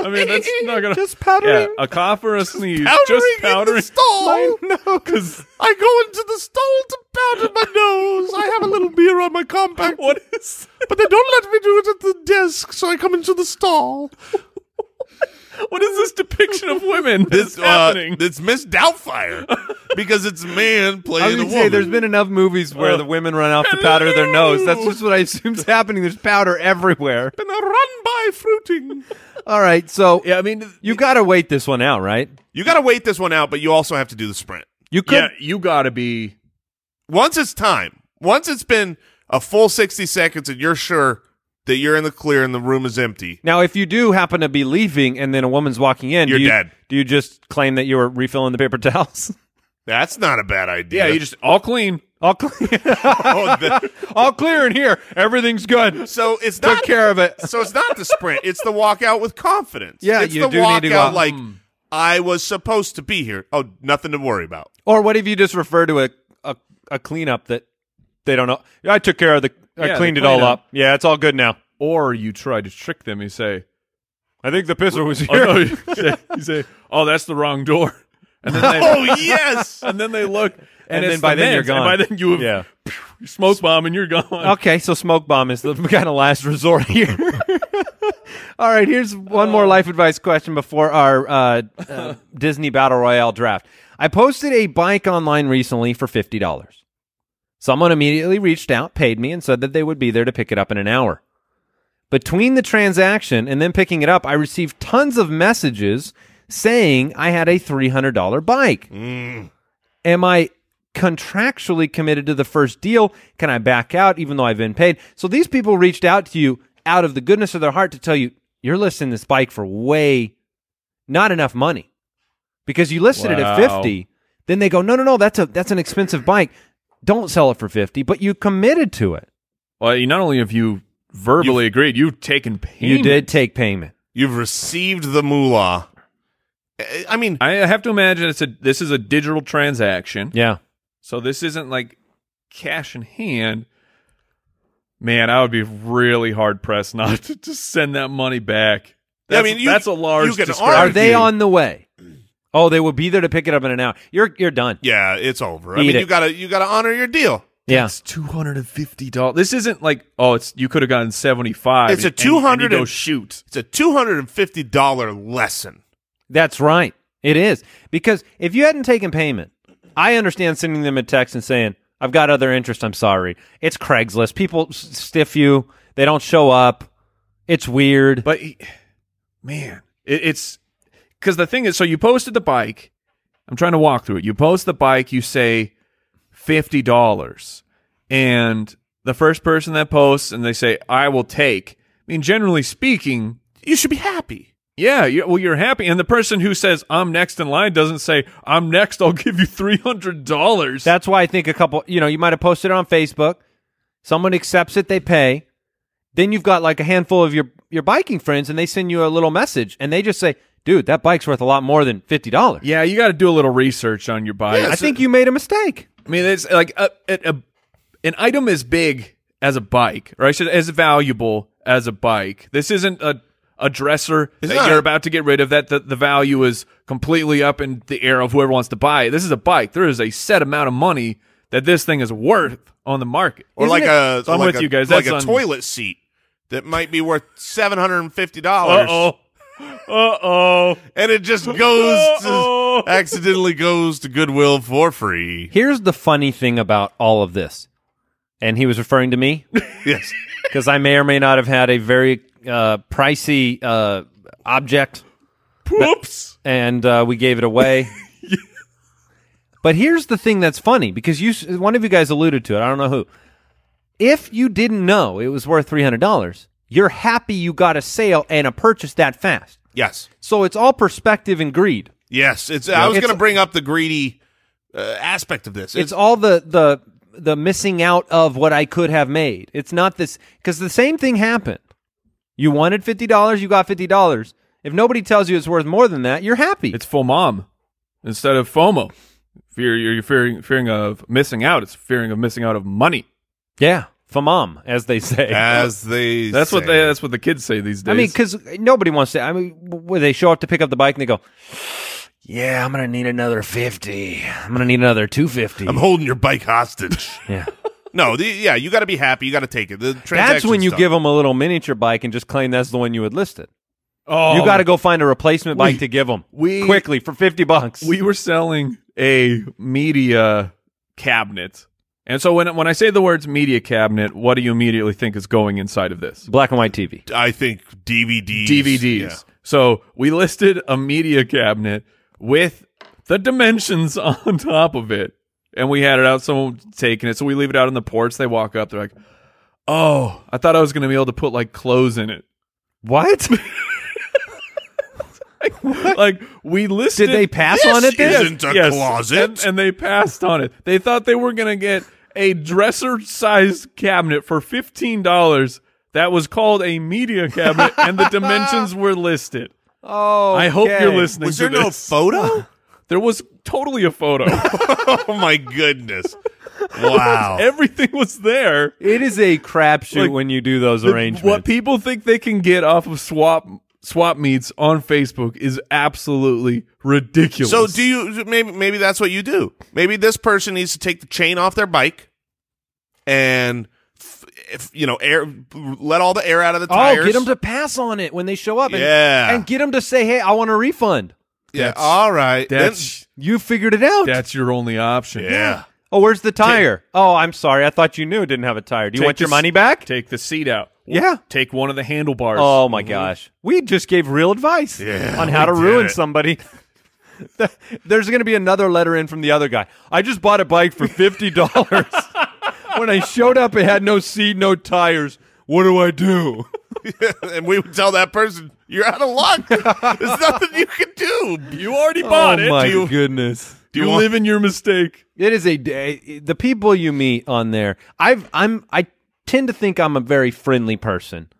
S2: I mean, that's not gonna.
S1: Just powdering.
S2: Yeah, a cough or a sneeze.
S4: powdering
S2: just
S4: in the
S2: powdering.
S4: stall.
S2: no, because
S4: I go into the stall to powder my nose. I have a little beer on my compact,
S2: what is?
S4: but they don't let me do it at the desk, so I come into the stall.
S2: What is this depiction of women that's
S4: This
S2: happening?
S4: it's Miss Doubtfire because it's a man
S1: I was
S4: playing a
S1: gonna
S4: woman. Oh.
S1: say, there's been enough movies where the women run off to powder their nose. That's just what I assume's happening. There's powder everywhere.
S4: been a run by fruiting.
S1: All right, so
S2: yeah, I mean,
S1: you got to wait this one out, right?
S4: You got to wait this one out, but you also have to do the sprint.
S1: You could.
S2: yeah, you gotta be.
S4: once it's time, once it's been a full 60 seconds and you're sure that you're in the clear and the room is empty,
S1: Now, if you do happen to be leaving and then a woman's walking in,
S4: You're
S1: do you,
S4: dead.
S1: Do you just claim that you were refilling the paper towels?
S4: that's not a bad idea.
S2: Yeah, you just all clean.
S1: All clear.
S4: Oh, the-
S1: All clear in here. Everything's good.
S4: so it's
S1: Took
S4: not
S1: care of it.
S4: so it's not the sprint, it's the walk out with confidence.
S1: Yeah,
S4: it's
S1: you
S4: the
S1: do
S4: walk
S1: need to go
S4: out
S1: out, Hmm.
S4: like I was supposed to be here. Oh, nothing to worry about.
S1: Or what if you just refer to a a, a cleanup that they don't know? I took care of the.
S2: Yeah,
S1: I
S2: the
S1: cleaned it all
S2: cleanup.
S1: up. Yeah, it's all good now.
S2: Or you try to trick them. You say,
S1: I think the pisser was
S2: oh,
S1: here.
S2: no, you, say, you say, oh, that's the wrong door. And then they,
S4: Oh yes.
S2: and then they look, and,
S1: then
S2: it's
S1: by
S2: the
S1: then you're
S2: men's, and
S1: gone.
S2: by then you have
S1: Yeah.
S2: smoke bomb and you're gone.
S1: Okay, so smoke bomb is the kind of last resort here. All right, here's one more life advice question before our uh, uh, Disney Battle Royale draft. I posted a bike online recently for fifty dollars. Someone immediately reached out, paid me, and said that they would be there to pick it up in an hour. Between the transaction and then picking it up, I received tons of messages saying I had a three hundred dollar bike am I contractually committed to the first deal? Can I back out even though I've been paid? So these people reached out to you out of the goodness of their heart to tell you you're listing this bike for way not enough money because you listed it at
S2: Wow.
S1: 50. Then they go, "No, no, no, that's a that's an expensive bike. Don't sell it for 50, but you committed to it.
S2: Well, you not only have you verbally agreed, you've taken pain.
S1: You did take payment."
S4: You've received the moolah. I- I mean,
S2: I have to imagine it's a this is a digital transaction,
S1: Yeah.
S2: so this isn't like cash in hand. Man, I would be really hard pressed not to just send that money back.
S4: Yeah, I
S2: That's,
S4: mean, you-
S2: that's a large.
S4: you can
S1: Are
S2: discrepancy.
S4: argue-
S1: they on the way? Oh, they will be there to pick it up in an hour. You're you're done.
S4: yeah, it's over. I
S1: Eat
S4: mean,
S1: it.
S4: you got to you got to honor your deal.
S1: Yeah.
S2: It's two hundred and fifty dollars. This isn't like oh, it's you could have gotten seventy five.
S4: It's a 200
S2: Go
S4: and-
S2: shoot.
S4: It's a $250 lesson.
S1: That's right. It is. Because if you hadn't taken payment, I understand sending them a text and saying, I've got other interest. I'm sorry. It's Craigslist. People s- stiff you. They don't show up. It's weird.
S2: But he- man, it, it's because the thing is, so you posted the bike. I'm trying to walk through it. You post the bike. You say fifty dollars, and the first person that posts and they say, "I will take." I mean, generally speaking,
S4: You should be happy.
S2: yeah. you well, you're happy, and the person who says, "I'm next in line," doesn't say, "I'm next. I'll give you three hundred dollars."
S1: That's why I think a couple, you know, you might have posted it on Facebook. Someone accepts it, they pay. Then you've got like a handful of your, your biking friends and they send you a little message and they just say, dude, that bike's worth a lot more than $50.
S2: Yeah, you got to do a little research on your bike.
S1: I think you made a mistake.
S2: I mean, it's like a, a, a- an item as big as a bike, or I should as valuable as a bike. This isn't a a dresser
S4: It's
S2: that
S4: not.
S2: you're about to get rid of that the, the value is completely up in the air of whoever wants to buy it. This is a bike. There is a set amount of money that this thing is worth on the market.
S4: or
S2: Isn't
S4: like
S2: it?
S4: a
S2: So I'm
S4: like
S2: with
S4: a,
S2: you guys.
S4: like
S2: That's
S4: a
S2: on-
S4: toilet seat that might be worth seven hundred and fifty
S2: Uh
S4: dollars,
S2: oh. Uh oh.
S4: and it just goes to,
S2: Uh-oh.
S4: accidentally goes to Goodwill for free.
S1: Here's the funny thing about all of this, and he was referring to me
S4: Yes,
S1: because I may or may not have had a very uh, pricey uh, object,
S2: Whoops.
S1: and uh, we gave it away. But here's the thing that's funny because you, s- one of you guys alluded to it. I don't know who. If you didn't know it was worth three hundred dollars, you're happy you got a sale and a purchase that fast.
S4: yes,
S1: So it's all perspective and greed.
S4: yes. It's I was
S1: it's-
S4: going to bring up the greedy uh, aspect of this.
S1: It's all the the the missing out of what I could have made. It's not this because the same thing happened. You wanted fifty dollars, you got fifty dollars. If nobody tells you it's worth more than that, you're happy.
S2: It's FOMOM instead of FOMO. Fear you're, you're fearing fearing of missing out. It's fearing of missing out of money.
S1: yeah, for mom, as they say.
S4: as they
S2: That's what
S4: say.
S2: they, that's what the kids say these days.
S1: I mean, because nobody wants to. I mean, where they show up to pick up the bike and they go, "Yeah, I'm gonna need another fifty. I'm gonna need another two fifty.
S4: I'm holding your bike hostage.
S1: Yeah,
S4: no, the, yeah, you got to be happy. You got to take it. The
S1: that's
S4: transaction
S1: when you
S4: stuff.
S1: give them a little miniature bike and just claim that's the one you had listed.
S2: oh,
S1: you got to go find a replacement bike to give them
S2: we-
S1: quickly for fifty bucks.
S2: we were selling a media cabinet. And so when when I say the words media cabinet, what do you immediately think is going inside of this?
S1: black and white TV.
S4: I think DVDs.
S2: DVDs.
S4: Yeah.
S2: So we listed a media cabinet with the dimensions on top of it, and we had it out. Someone was taking it, so we leave it out on the porch. They walk up. They're like, "Oh, I thought I was going to be able to put like clothes in it."
S1: What?
S2: Like we listed.
S1: Did they pass on it then?
S4: This isn't a
S2: Yes.
S4: closet.
S2: And, and they passed on it. They thought they were going to get a dresser-sized cabinet for fifteen dollars. That was called a media cabinet, and the dimensions were listed.
S1: Oh,
S2: I hope you're listening.
S4: was
S2: to
S4: there no
S2: this.
S4: photo?
S2: There was totally a photo.
S4: oh my goodness! Wow.
S2: Everything was there.
S1: It is a crapshoot
S2: Like,
S1: when you do those arrangements.
S2: What people think they can get off of swap swap meets on Facebook is absolutely ridiculous.
S4: So do you? Maybe maybe that's what you do. Maybe this person needs to take the chain off their bike, and f- if, you know, air let all the air out of the
S1: oh,
S4: tires.
S1: get them to pass on it when they show up. And,
S4: Yeah.
S1: and get them to say, "Hey, I want a refund."
S4: yeah.
S2: That's-
S4: All right. Then-
S2: that's
S1: You figured it out.
S2: that's your only option.
S4: yeah.
S1: oh, where's the tire? Oh, I'm sorry. I thought you knew it didn't have a tire. Do you
S2: Take
S1: want your
S2: this-
S1: money back?
S2: Take the seat out.
S1: Yeah.
S2: Take one of the handlebars.
S1: Oh my gosh. We just gave real advice
S4: Yeah,
S1: on how to
S4: we did
S1: ruin
S4: it.
S1: somebody. There's going to be another letter in from the other guy. I just bought a bike for $50. when I showed up, it had no seat, no tires. What do I do?
S4: and we would tell that person, "You're out of luck. There's nothing you can do.
S2: You already bought
S1: oh
S2: it.
S1: my
S2: you
S1: goodness.
S2: you
S4: want-
S2: live in your mistake.
S1: It is a day. The people you meet on there, I've I'm I tend to think I'm a very friendly person,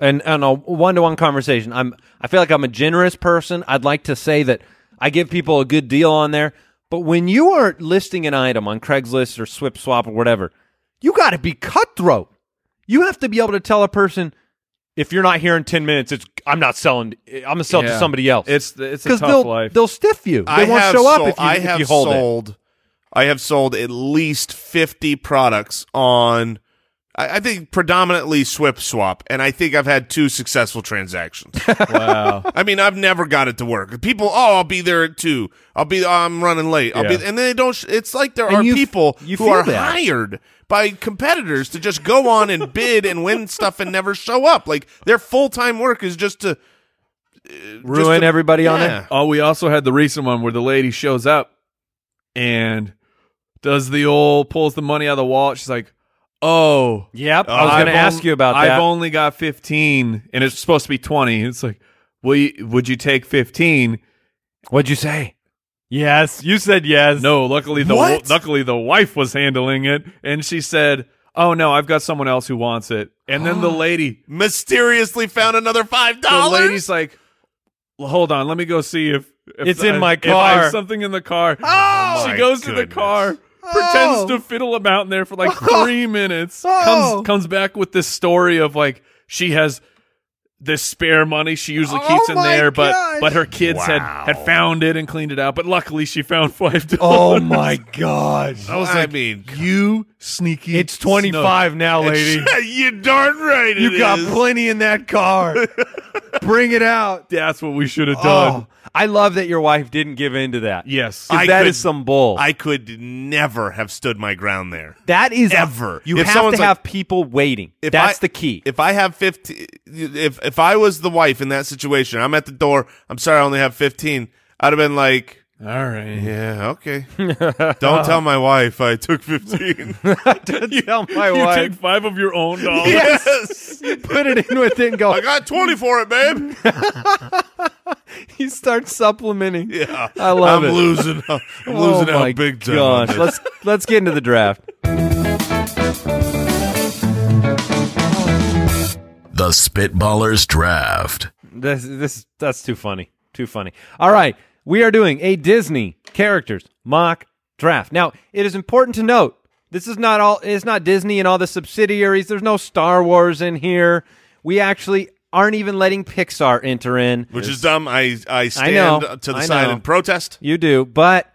S1: and on a one to one conversation, I'm I feel like I'm a generous person. I'd like to say that I give people a good deal on there, but when you are listing an item on Craigslist or Swip Swap or whatever, you got to be cutthroat. You have to be able to tell a person if you're not here in ten minutes, it's I'm not selling. eh, I'm gonna sell it to
S2: Yeah.
S1: somebody else.
S2: It's it's a
S1: because
S2: tough
S1: they'll
S2: life.
S1: they'll stiff you. They
S4: I
S1: won't
S4: have
S1: show up
S4: sold,
S1: if you,
S4: I
S1: if
S4: have
S1: you hold it.
S4: sold, I have sold at least fifty products on. I I think predominantly Swip Swap, and I think I've had two successful transactions.
S2: wow.
S4: I mean, I've never got it to work. People, oh, I'll be there at two. I'll be, oh, I'm running late. I'll
S2: Yeah.
S4: be, and they don't. Sh- it's like there
S1: And
S4: are
S1: you f-
S4: people
S1: you
S4: who
S1: feel
S4: are
S1: that.
S4: hired by competitors to just go on and bid and win stuff and never show up. Like their full time work is just to
S1: ruin
S4: to-
S1: everybody on
S4: Yeah.
S1: it.
S2: Oh, we also had the recent one where the lady shows up and does the old pulls the money out of the wallet. She's like, "Oh,
S1: Yep, I was
S2: I've
S1: going to
S2: on-
S1: ask you about that.
S2: I've only got fifteen, and it's supposed to be twenty. It's like, will you, would you take fifteen?
S1: What'd you say? Yes, you said yes.
S2: No, luckily the
S4: What?
S2: luckily the wife was handling it, and she said, "Oh no, I've got someone else who wants it." And then the lady,
S4: mysteriously found another five
S2: the
S4: dollars.
S2: lady's like, well, "Hold on, let me go see if." if
S1: It's in
S2: I-
S1: my
S2: if I have
S1: car.
S2: something in the car.
S4: Oh, my
S2: she goes to the
S4: goodness.
S2: car,
S1: Oh.
S2: pretends to fiddle about in there for like three minutes,
S1: Oh.
S2: comes comes back with this story of like she has the spare money she usually
S1: Oh
S2: keeps in
S1: my
S2: there,
S1: gosh.
S2: but but her kids
S4: Wow.
S2: had had found it and cleaned it out. But luckily, she found five dollars.
S1: Oh my god.
S4: I was like, I mean,
S2: you sneaky!
S1: It's 25 now, lady.
S4: you darn right.
S1: You
S4: it
S1: got
S4: is.
S1: plenty in that car. Bring it out.
S2: snook. That's what we should have done.
S1: Oh, I love that your wife didn't give in to that.
S2: Yes,
S1: 'Cause
S4: I
S1: that
S4: could-
S1: is some bull.
S4: I could never have stood my ground there.
S1: that is
S4: Ever.
S1: You have
S4: If
S1: to
S4: someone's like-
S1: have people waiting.
S4: If
S1: That's
S4: I-
S1: the key.
S4: If I have 15 if if I was the wife in that situation, I'm at the door. I'm sorry I only have 15. I'd have been like,
S2: all right.
S4: yeah, okay. Don't tell my wife I took 15.
S1: Tell my
S2: You
S1: wife.
S2: take five of your own dollars.
S4: yes.
S1: put it in with it and go.
S4: I got 20 for it, babe.
S1: You start supplementing.
S4: Yeah.
S1: I love
S4: I'm
S1: it.
S4: losing I'm
S1: Oh
S4: losing
S1: my
S4: out big time. on
S1: Gosh.
S4: this.
S1: let's let's get into the draft.
S3: The Spitballers Draft.
S1: This this that's too funny. Too funny. All right, we are doing a Disney characters mock draft. Now, it is important to note this is not all it's not Disney and all the subsidiaries. There's no Star Wars in here. We actually aren't even letting Pixar enter in.
S4: Which is dumb. I I stand
S1: know.
S4: to the
S1: I
S4: side
S1: know.
S4: and protest.
S1: You do, but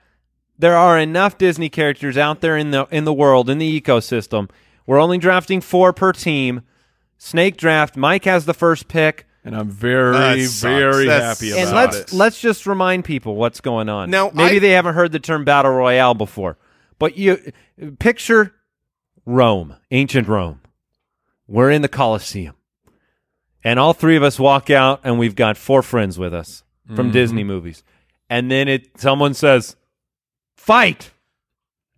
S1: there are enough Disney characters out there in the in the world in the ecosystem. We're only drafting 4 per team. Snake draft. Mike has the first pick.
S2: And I'm very,
S4: That sucks.
S2: very
S4: That's-
S2: happy about
S1: and
S4: about
S1: let's
S2: it.
S1: let's just remind people what's going on.
S4: Now,
S1: maybe
S4: I-
S1: they haven't heard the term battle royale before, but you picture Rome, ancient Rome. We're in the Colosseum, and all three of us walk out, and we've got four friends with us
S4: Mm-hmm.
S1: from Disney movies, and then it someone says, "Fight."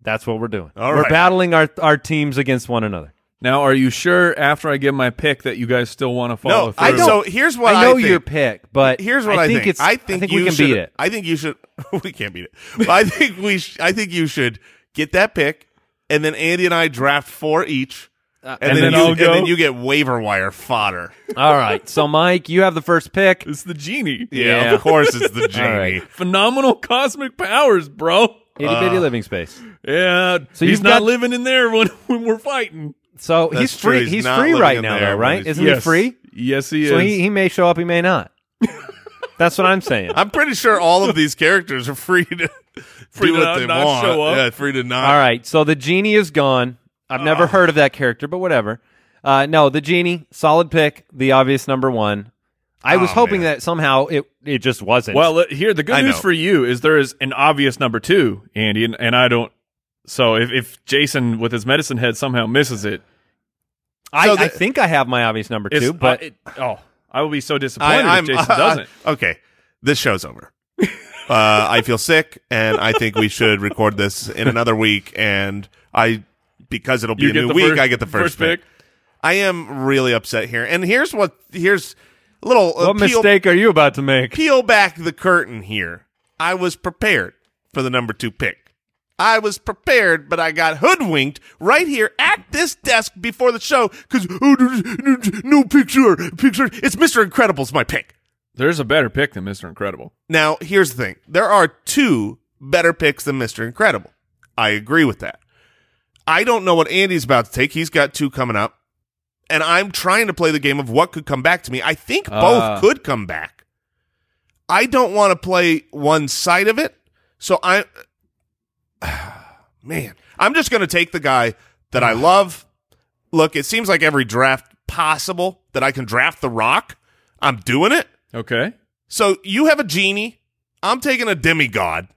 S1: That's what we're doing.
S4: All
S1: we're
S4: right.
S1: battling our our teams against one another.
S2: Now, are you sure after I give my pick that you guys still want to follow
S4: No,
S2: through?
S4: I so here's what
S1: I know
S4: think.
S1: your pick, but
S4: Here's what I,
S1: think. It's,
S4: I think,
S1: we
S4: you
S1: can
S4: should,
S1: beat it.
S4: I think you should. we can't beat it. But I think we. Sh- I think you should get that pick, and then Andy and I draft four each, and,
S2: and then
S4: then, you,
S2: I'll
S4: and
S2: go?
S4: then you get waiver wire fodder.
S1: All right, so Mike, you have the first pick.
S2: It's the genie.
S4: Yeah,
S1: Yeah.
S4: of course it's the genie.
S1: All right.
S2: Phenomenal cosmic powers, bro.
S1: Itty bitty
S4: Uh,
S1: living space.
S2: Yeah.
S1: So
S2: So he's
S1: you've
S2: not
S1: got-
S2: living in there when, when we're fighting.
S1: So he's
S4: That's true.
S1: free.
S4: He's
S1: He's,
S4: not
S1: free
S4: living
S1: right
S4: in
S1: now,
S4: there
S1: though, right?
S4: when he's-
S1: Isn't he
S2: Yes.
S1: free?
S2: Yes, he
S1: So
S2: is.
S1: he, he may show up. He may not. That's what I'm saying.
S4: I'm pretty sure all of these characters are free to
S2: Free
S4: do
S2: to
S4: what
S2: not-
S4: they
S2: not
S4: want.
S2: show up.
S4: Yeah, free to not.
S1: All right. So the genie is gone. I've
S4: Ah.
S1: never heard of that character, but whatever. Uh, no, the genie, solid pick, the obvious number one. I was
S4: Aw,
S1: hoping
S4: Oh, man.
S1: that somehow it it just wasn't.
S2: well, let- here, the good
S4: I
S2: news
S4: know.
S2: for you is there is an obvious number two, Andy, and, and I don't. So if, if Jason with his medicine head somehow misses it,
S1: I,
S4: so the-
S1: I think I have my obvious number
S2: it's,
S1: two, but
S2: I- it- oh, I will be so disappointed
S4: I,
S2: if
S4: I'm.
S2: Jason doesn't.
S4: okay, this show's over. uh, I feel sick, and I think we should record this in another week. And I, because it'll be
S2: you
S4: a
S2: get
S4: new
S2: the
S4: week,
S2: first,
S4: I get the first,
S2: pick.
S4: I am really upset here. And here's what here's a little uh,
S1: what
S4: peel,
S1: mistake are you about to make?
S4: peel back the curtain here. I was prepared for the number 2 pick. I was prepared, but I got hoodwinked right here at this desk before the show cuz oh, there's n- no picture, picture. It's Mr. Incredible's my pick.
S2: There's a better pick than Mr. Incredible.
S4: Now, here's the thing. There are two better picks than Mr. Incredible. I agree with that. I don't know what Andy's about to take. He's got two coming up. And I'm trying to play the game of what could come back to me. I think both
S2: Ah.
S4: could come back. I don't want to play one side of it. So I man, I'm just going to take the guy that I love. Look, it seems like every draft possible that I can draft the rock. I'm doing it.
S2: Okay.
S4: So you have a genie. I'm taking a demigod.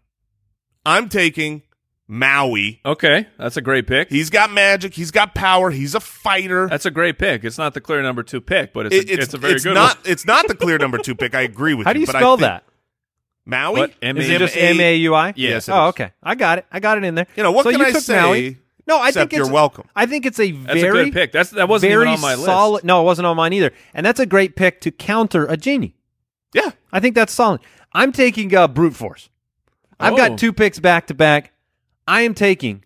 S4: I'm taking Maui.
S2: Okay. That's a great pick.
S4: He's got magic. He's got power. He's a fighter.
S2: That's a great pick. It's not the clear number two pick, but it's,
S4: It-
S2: a, it's, a very
S4: it's
S2: good
S4: not,
S2: one.
S4: It's not the clear number two pick. I agree with
S1: How do you
S4: but I
S1: spell
S4: think-
S1: that?
S4: Maui?
S2: What? M-
S1: Is it just
S4: M-
S1: M A U I?
S4: Yes, it
S1: Oh,
S4: is.
S1: okay. I got it. I got it in there.
S4: You know, what
S1: so
S4: can
S1: you
S4: I
S1: took
S4: say
S1: Maui. No, I
S4: except
S1: think it's
S4: you're welcome.
S1: I think it's a
S2: That's
S1: very
S2: a good pick. That's that wasn't
S1: very
S2: even on my
S1: solid.
S2: list.
S1: No, it wasn't on mine either. And that's a great pick to counter a genie.
S4: Yeah.
S1: I think that's solid. I'm taking uh, brute force. I've
S2: Oh.
S1: got two picks back to back. I am taking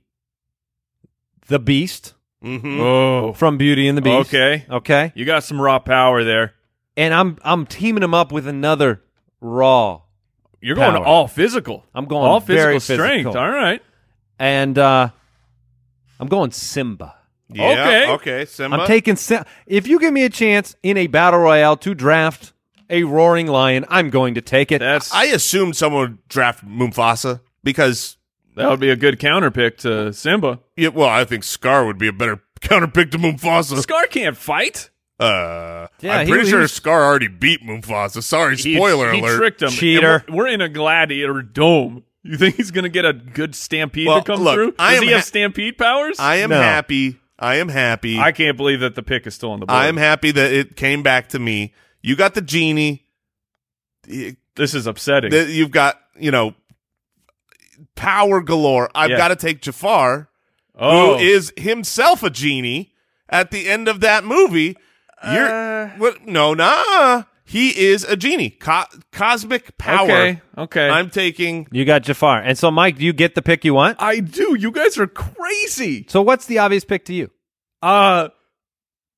S1: the Beast
S4: Mm-hmm.
S2: Oh,
S1: from Beauty and the Beast.
S2: Okay.
S1: okay,
S2: you got some raw power there.
S1: and I'm I'm teaming him up with another Raw,
S2: You're
S1: Power.
S2: going all physical.
S1: I'm going
S2: all
S1: very
S2: physical strength.
S1: physical.
S2: All right.
S1: and uh, I'm going Simba.
S4: Yeah,
S2: Okay.
S4: Okay. Simba.
S1: I'm taking. Sim- if you give me a chance in a battle royale to draft a roaring lion, I'm going to take it.
S2: That's
S4: I assumed someone would draft Mufasa because,
S2: that would be a good counter pick to Simba.
S4: yeah, well, I think Scar would be a better counterpick to Mufasa.
S2: Scar can't fight.
S4: Uh,
S1: Yeah,
S4: I'm
S1: he-
S4: pretty
S1: he
S4: sure
S1: was-
S4: Scar already beat Mufasa. Sorry,
S2: He-
S4: spoiler
S2: he,
S4: alert.
S2: tricked him. And
S1: Cheater.
S2: We're, we're in a gladiator dome. You think he's gonna get a good stampede
S4: Well,
S2: to come
S4: look,
S2: through?
S4: I
S2: Does
S4: am
S2: he have
S4: ha-
S2: stampede powers?
S4: I am
S1: No.
S4: happy. I am happy.
S2: I can't believe that the pick is still on the board.
S4: I am happy that it came back to me. You got the genie. Y-
S2: this is upsetting.
S4: th- You've got you know power galore. I've
S2: Yeah.
S4: got to take Jafar,
S2: oh,
S4: who is himself a genie. At the end of that movie, you're
S1: Uh.
S4: what? No, nah. He is a genie. Co- cosmic power.
S2: okay. Okay.
S4: I'm taking.
S1: You got Jafar, and so Mike, do you get the pick you want?
S2: I do. You guys are crazy.
S1: So what's the obvious pick to you?
S2: Uh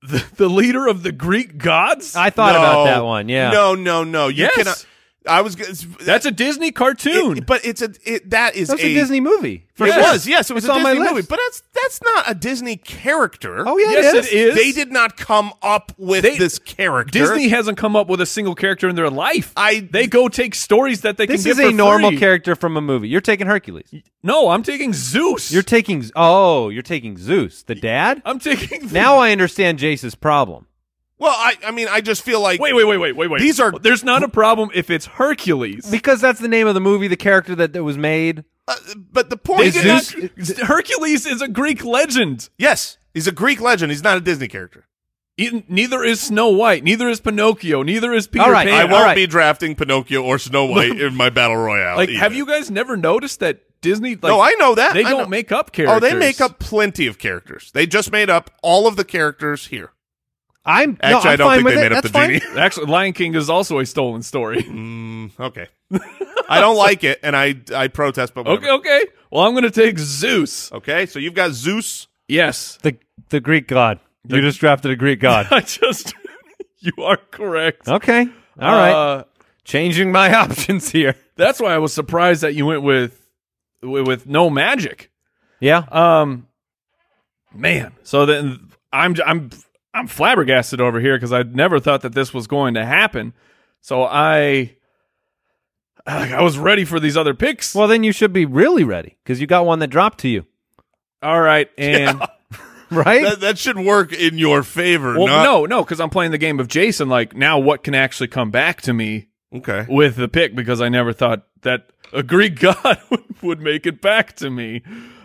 S2: the, the leader of the Greek gods?
S1: I thought
S4: No.
S1: about that one. Yeah.
S4: No, no, no. You
S2: Yes.
S4: cannot. I was. gonna-
S2: That's a Disney cartoon.
S4: It, but it's a it, that is
S1: That's a Disney movie.
S4: It
S1: sure.
S4: was yes, it was
S1: It's
S4: a
S1: on my
S4: Disney
S1: list.
S4: movie, but that's that's not a Disney character.
S1: Oh yeah,
S2: yes,
S1: it is.
S2: it is.
S4: They did not come up with
S2: They-
S4: this character.
S2: Disney hasn't come up with a single character in their life.
S4: I-
S2: they go take stories that they
S1: This
S2: can
S1: is
S2: get for
S1: a normal
S2: free.
S1: character from a movie. You're taking Hercules.
S2: No, I'm taking Zeus.
S1: You're taking oh, you're taking Zeus, the dad.
S2: I'm taking the-
S1: Now I understand Jace's problem.
S4: Well, I I mean, I just feel like
S2: Wait, wait, wait, wait, wait, wait.
S4: These are-
S2: There's not a problem if it's Hercules.
S1: Because that's the name of the movie, the character that, that was made.
S4: uh, but the point
S2: They
S4: is,
S2: did
S1: Zeus-
S2: not- Hercules is a Greek legend.
S4: yes, he's a Greek legend. He's not a Disney character.
S2: E- Neither is Snow White. Neither is Pinocchio. Neither is Peter
S1: All right,
S2: Pan.
S4: I
S1: all
S4: won't
S1: right.
S4: be drafting Pinocchio or Snow White in my battle royale.
S2: Like, have
S4: either.
S2: you guys never noticed that Disney? Like,
S4: no, I know that
S2: they
S4: I
S2: don't
S4: know-
S2: make up characters.
S4: Oh, they make up plenty of characters. They just made up all of the characters here.
S1: I'm no,
S4: Actually,
S1: I'm
S4: I don't
S1: fine
S4: think
S1: with
S4: they
S1: it.
S4: made up
S1: That's
S4: the
S1: fine.
S4: genie.
S2: Actually, Lion King is also a stolen story.
S4: Mm, okay, I don't like it, and I I protest. But whatever.
S2: okay, okay. Well, I'm gonna take Zeus.
S4: Okay, so you've got Zeus.
S2: Yes,
S1: The the Greek god. You just drafted a Greek god.
S2: I just. you are correct.
S1: okay. All right.
S2: Uh,
S1: Changing my options here.
S2: that's why I was surprised that you went with with, with no magic.
S1: Yeah.
S2: Um, man. So then I'm I'm I'm flabbergasted over here because I never thought that this was going to happen. So I I was ready for these other picks.
S1: Well, then you should be really ready because you got one that dropped to you,
S2: All right, and
S1: right?
S4: That, that should work in your favor.
S2: well,
S4: not-
S2: no, no, because I'm playing the game of Jason. Like now, what can actually come back to me
S4: Okay.
S2: with the pick? Because I never thought that a Greek god would, would make it back to me.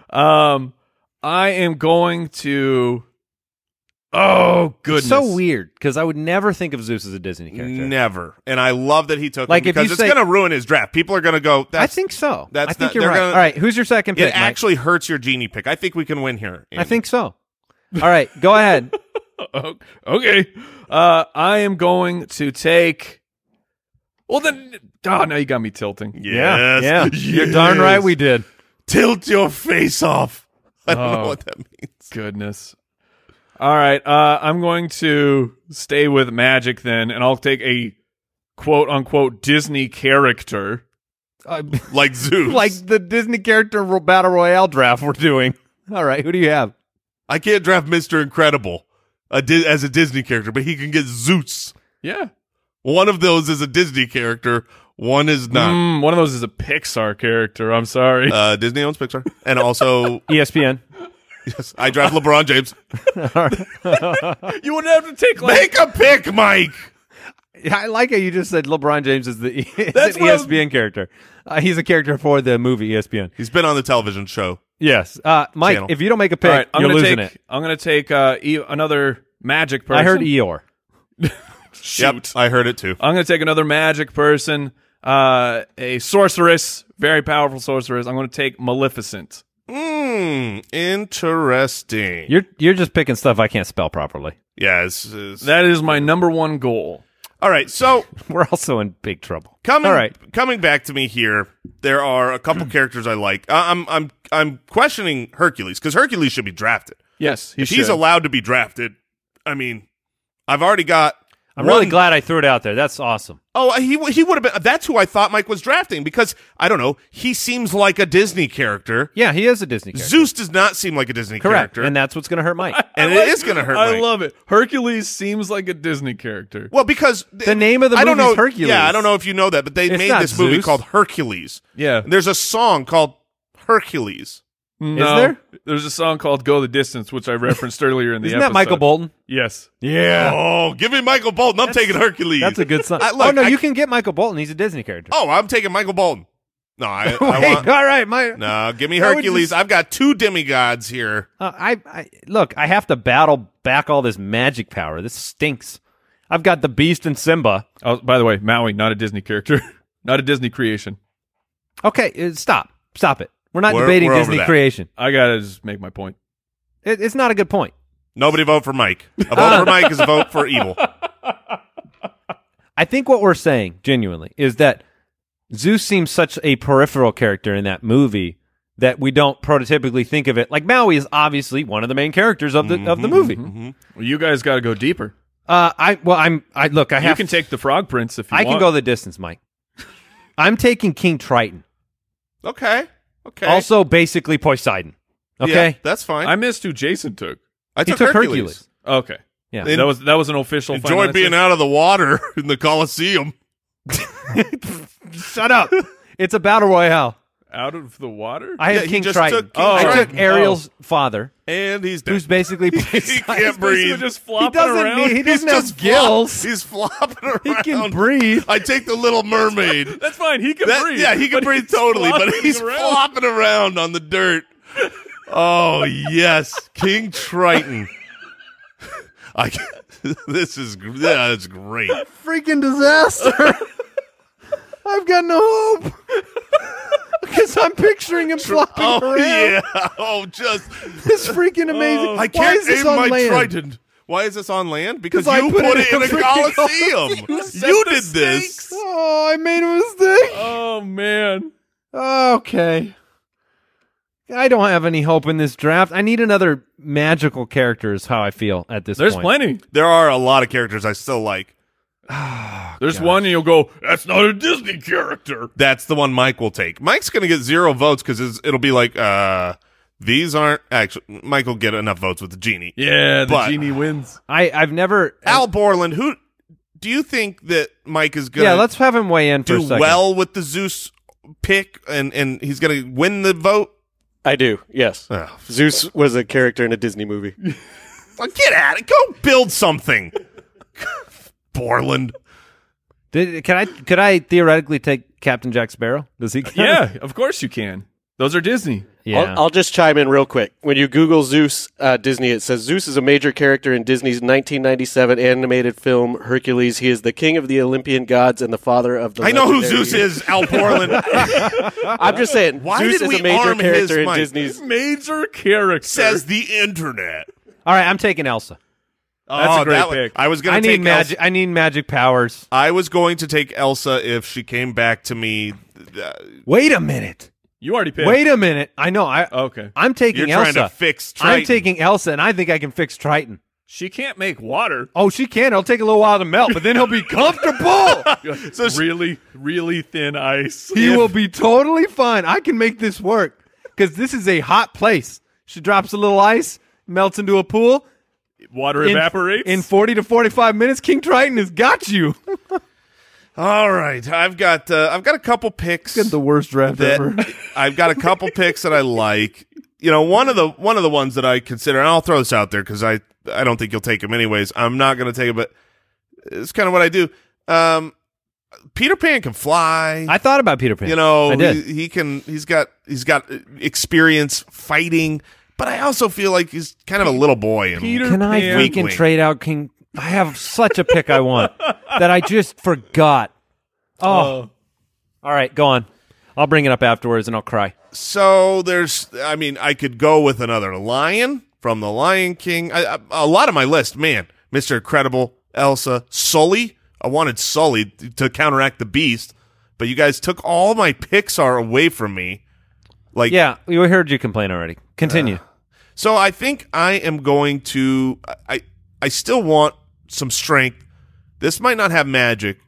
S2: Um, I am going to. Oh
S1: It's
S2: goodness!
S1: so weird because I would never think of Zeus as a Disney character.
S4: Never. And I love that he took
S1: Like,
S4: him
S1: if
S4: because
S1: you
S4: it's
S1: say-
S4: going to ruin his draft. People are going to go,
S1: I
S4: that's,
S1: think so.
S4: that's
S1: I think
S4: not-
S1: you're
S4: they're
S1: right.
S4: gonna-
S1: All right, who's your second
S4: it
S1: pick? Mike?
S4: actually hurts your genie pick. I think we can win here.
S1: I think so. All right, go ahead.
S2: O- okay. Uh, I am going to take. Well, then. Oh, now you got me tilting.
S4: Yes.
S1: Yeah, you're darn right. We did.
S4: Tilt your face off. I don't know
S2: Oh.
S4: what that means.
S2: Goodness. All right. Uh, I'm going to stay with magic then, and I'll take a quote unquote Disney character.
S4: Like Zeus.
S1: like the Disney character ro- battle royale draft we're doing. All right, who do you have?
S4: I can't draft Mr. Incredible a Di- as a Disney character, but he can get Zeus.
S2: Yeah.
S4: One of those is a Disney character, one is not.
S2: Mm, one of those is a Pixar character. I'm
S1: Mm.
S2: sorry.
S4: Uh, Disney owns Pixar. And also,
S1: ESPN.
S4: yes, I draft LeBron James.
S2: you wouldn't have to take like.
S4: Make a pick, Mike.
S1: I like how you just said LeBron James is the is
S2: That's
S1: an E
S2: what I was-
S1: ESPN character. Uh, he's a character for the movie E ESPN.
S4: He's been on the television show.
S1: Yes, uh, Mike.
S4: Channel.
S1: If you don't make a pick,
S2: All right. I'm
S1: you're
S2: gonna
S1: losing
S2: take.
S1: it.
S2: I'm gonna take uh, e- another magic person.
S1: I heard Eeyore.
S2: Shoot.
S4: Yep, I heard it too.
S2: I'm going to take another magic person, uh, a sorceress, very powerful sorceress. I'm going to take Maleficent.
S4: Mmm, interesting.
S1: You're you're just picking stuff I can't spell properly.
S4: yeah, it's, it's-
S2: That is my number one goal.
S4: all right. So
S1: We're also in big trouble.
S4: coming
S1: All right.
S4: coming back to me here, there are a couple characters I like. I, I'm I'm I'm questioning Hercules because Hercules should be drafted.
S2: Yes, he
S4: If he's
S2: should.
S4: allowed to be drafted, I mean, I've already got
S1: I'm really
S4: One-
S1: glad I threw it out there. That's awesome.
S4: Oh, he w- he would have been. That's who I thought Mike was drafting because I don't know. He seems like a Disney character.
S1: Yeah, he is a Disney character.
S4: Zeus does not seem like a Disney
S1: Correct.
S4: character,
S1: And that's what's going to hurt Mike.
S4: and
S2: I
S4: it
S2: like-
S4: is going to hurt.
S2: I
S4: Mike.
S2: love it. Hercules seems like a Disney character.
S4: Well, because the
S1: name of the
S4: I don't
S1: movie
S4: know,
S1: is Hercules.
S4: Yeah, I don't know if you know that, but they
S1: It's
S4: made
S1: not
S4: this movie
S1: Zeus.
S4: called Hercules.
S2: Yeah.
S4: And there's a song called Hercules.
S2: No.
S1: there?
S2: There's a song called "Go the Distance," which I referenced earlier in the
S1: Isn't
S2: episode.
S1: that Michael Bolton?
S2: Yes.
S4: Yeah. Oh, give me Michael Bolton. I'm taking Hercules.
S1: That's a good song.
S4: I- look,
S1: oh no,
S4: I-
S1: you can get Michael Bolton. He's a Disney character.
S4: oh, I'm taking Michael Bolton. No, I,
S1: Wait,
S4: I want.
S1: all right, my
S4: No, give me
S1: I would
S4: Hercules.
S1: just-
S4: I've got two demigods here.
S1: Uh, I, I look. I have to battle back all this magic power. This stinks. I've got the Beast and Simba.
S2: Oh, by the way, Maui, not a Disney character, not a Disney creation.
S1: Okay, uh, stop, stop it. We're not
S4: We're-
S1: debating
S4: we're over
S1: Disney
S4: that.
S1: creation.
S2: I gotta just make my point.
S1: It, it's not a good point.
S4: Nobody vote for Mike. A
S1: Uh-huh.
S4: vote for Mike is a vote for evil.
S1: I think what we're saying genuinely is that Zeus seems such a peripheral character in that movie that we don't prototypically think of it. Like Maui is obviously one of the main characters of the
S2: Mm-hmm,
S1: of the movie.
S2: Well, you guys gotta go deeper.
S1: Uh, I well, I'm I look. I
S2: You
S1: have
S2: can take the Frog Prince if you
S1: I
S2: want.
S1: can go the distance, Mike. I'm taking King Triton.
S4: Okay. Okay.
S1: Also, basically Poseidon.
S4: Yeah,
S1: Okay,
S4: that's fine.
S2: I missed who Jason took.
S4: I
S1: he
S4: took,
S1: took
S4: Hercules.
S1: Hercules.
S2: Okay.
S1: Yeah.
S2: that was that was an official.
S4: Enjoy being out of the water in the Colosseum.
S1: Shut up. it's a battle royale.
S2: out of the water.
S1: I
S4: Yeah,
S1: have
S4: he
S1: King
S4: just
S1: Triton.
S4: took King
S1: I
S4: Triton.
S1: took Ariel's father,
S4: And he's dead.
S1: who's basically
S4: he
S1: Poseidon.
S4: can't breathe.
S2: just
S1: He
S2: flopping
S1: doesn't
S2: around.
S1: need. He doesn't
S4: He's
S1: have
S4: just flop-
S1: gills.
S4: He's flopping around.
S1: He can breathe.
S4: I take the little mermaid.
S2: That's fine. He can
S4: That-
S2: breathe.
S4: yeah, he can
S2: but
S4: breathe
S2: he's
S4: totally, but
S2: flopping
S4: he's
S2: around.
S4: flopping around on the dirt. Oh yes, King Triton. I can- this is gr- yeah, that's great.
S1: Freaking disaster. I've got no hope. Because I'm picturing him flopping
S4: Oh yeah, oh just
S1: It's freaking amazing.
S4: I can't aim my Triton. Why is this on land? Because
S1: 'Cause I
S4: you put,
S1: put it
S4: it
S1: in
S4: in a
S1: the freaking
S2: Colosseum.
S4: coliseum. you
S2: Set
S4: did
S2: the
S4: this.
S2: stakes.
S1: Oh, I made a mistake.
S2: Oh man.
S1: Okay. I don't have any hope in this draft. I need another magical character is how I feel at this
S2: There's
S1: point.
S2: plenty.
S4: There are a lot of characters I still like. Oh,
S2: There's one, and you'll go. That's not a Disney character.
S4: That's the one Mike will take. Mike's going to get zero votes because it'll be like, uh, these aren't actually. Mike will get enough votes with the genie.
S2: Yeah, the
S4: But-
S2: genie wins.
S1: I, I've never
S4: Al Borland, who do you think that Mike is going
S1: Yeah,
S4: to
S1: let's have him weigh in for a
S4: do
S1: second.
S4: well with the Zeus pick and, and he's going to win the vote? Oh,
S5: I do. Yes.
S4: Ugh.
S5: Zeus was a character in a Disney movie.
S4: Well, get at it. Go build something. Borland.
S1: Did, can I could I theoretically take Captain Jack Sparrow? Does he count?
S2: Yeah, of course you can. Those are Disney.
S1: Yeah.
S5: I'll, I'll just chime in real quick. When you Google Zeus uh, Disney, it says Zeus is a major character in Disney's 1997 animated film Hercules. He is the king of the Olympian gods and the father of the.
S4: I know who
S5: legendary-
S4: Zeus is, Al Borland.
S5: I'm just saying.
S4: Why
S5: Zeus
S4: did
S5: is
S4: we
S5: a major
S4: arm his
S5: character in
S4: mic?
S5: Disney's.
S2: Major character
S4: says the internet.
S1: All right, I'm taking Elsa.
S2: That's a
S4: Oh,
S2: great
S4: that one-
S2: pick.
S4: I was going
S1: I
S4: to
S1: need
S4: take Elsa.
S1: magic I need magic powers.
S4: I was going to take Elsa if she came back to me. Uh,
S1: Wait a minute.
S2: You already picked.
S1: Wait a minute. I know I
S2: Okay.
S1: I'm taking
S4: Oh. You're
S1: Elsa.
S4: trying to fix
S1: I'm
S4: Triton.
S1: taking Elsa and I think I can fix Triton.
S2: She can't make water.
S1: Oh, she can. It'll take a little while to melt, but then he'll be comfortable.
S4: So she-
S2: really, really thin ice.
S1: He will be totally fine. I can make this work because this is a hot place. She drops a little ice, melts into a pool.
S2: water
S1: In-
S2: evaporates.
S1: in, forty to forty-five minutes. King Triton has got you.
S4: All right, I've got uh, I've got a couple picks.
S1: worst draft
S4: that I've got a couple picks that I like. You know, one of the one of the ones that I consider, and I'll throw this out there because I I don't think you'll take him anyways. I'm not going to take him, but it's kind of what I do. Um, Peter Pan can fly.
S1: I thought about Peter Pan.
S4: You know,
S1: I did.
S4: He, he can. He's got. He's got uh, experience fighting, but I also feel like he's kind of a little boy. And
S2: Peter
S1: can I
S2: Pan.
S1: freaking
S4: Weakling.
S1: trade out King? I have such a pick I want that I just forgot. Oh, all right, go on. I'll bring it up afterwards and I'll cry.
S4: So there's. I mean, I could go with another lion from the Lion King. I, I, a lot of my list, man. Mister Incredible, Elsa, Sully. I wanted Sully to counteract the Beast, but you guys took all my Pixar away from me. Like,
S1: Yeah, we heard you complain already.
S4: Uh,
S1: Continue.
S4: So I think I am going to. I I still want some strength. This might not have magic,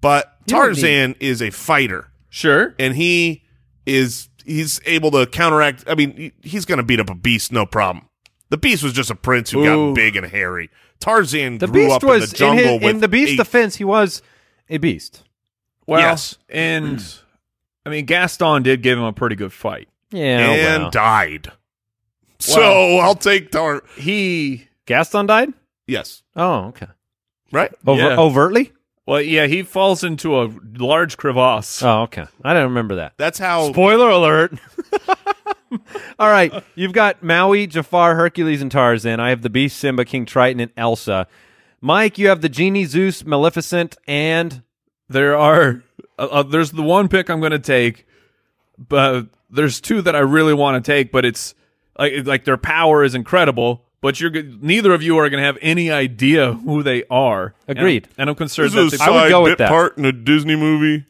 S4: but Tarzan is a fighter,
S2: Sure.
S4: and he is he's able to counteract. I mean, he- he's going to beat up a beast, no problem. The beast was just a prince who
S2: Ooh.
S4: got big and hairy. Tarzan
S1: The
S4: grew
S1: beast
S4: up
S1: was
S4: in the jungle
S1: his-
S4: with
S1: in the beast
S4: eight-
S1: defense. He was a beast.
S2: Well,
S4: Yes.
S2: and I mean Gaston did give him a pretty good fight.
S1: Yeah, oh,
S4: and
S1: well.
S4: died. So I'll take Tar.
S2: He
S1: Gaston died.
S4: Yes,
S1: Oh, okay.
S4: right.
S1: Over-
S2: Yeah.
S1: Overtly.
S2: well, yeah, he falls into a large crevasse.
S1: Oh, okay. I didn't remember that.
S4: That's how.
S1: Spoiler alert. All right. You've got Maui, Jafar, Hercules, and Tarzan. I have the Beast, Simba, King Triton, and Elsa. Mike, you have the Genie, Zeus, Maleficent, and
S2: There are uh, uh, there's the one pick I'm going to take, but there's two that I really want to take, but it's like like their power is incredible, but you're g- neither of you are going to have any idea who they are. And I'm-
S1: Agreed.
S2: And, I'm concerned
S4: This is
S2: that they-
S4: a
S1: I would
S4: side
S1: go with
S4: bit
S1: that.
S4: part in a Disney movie.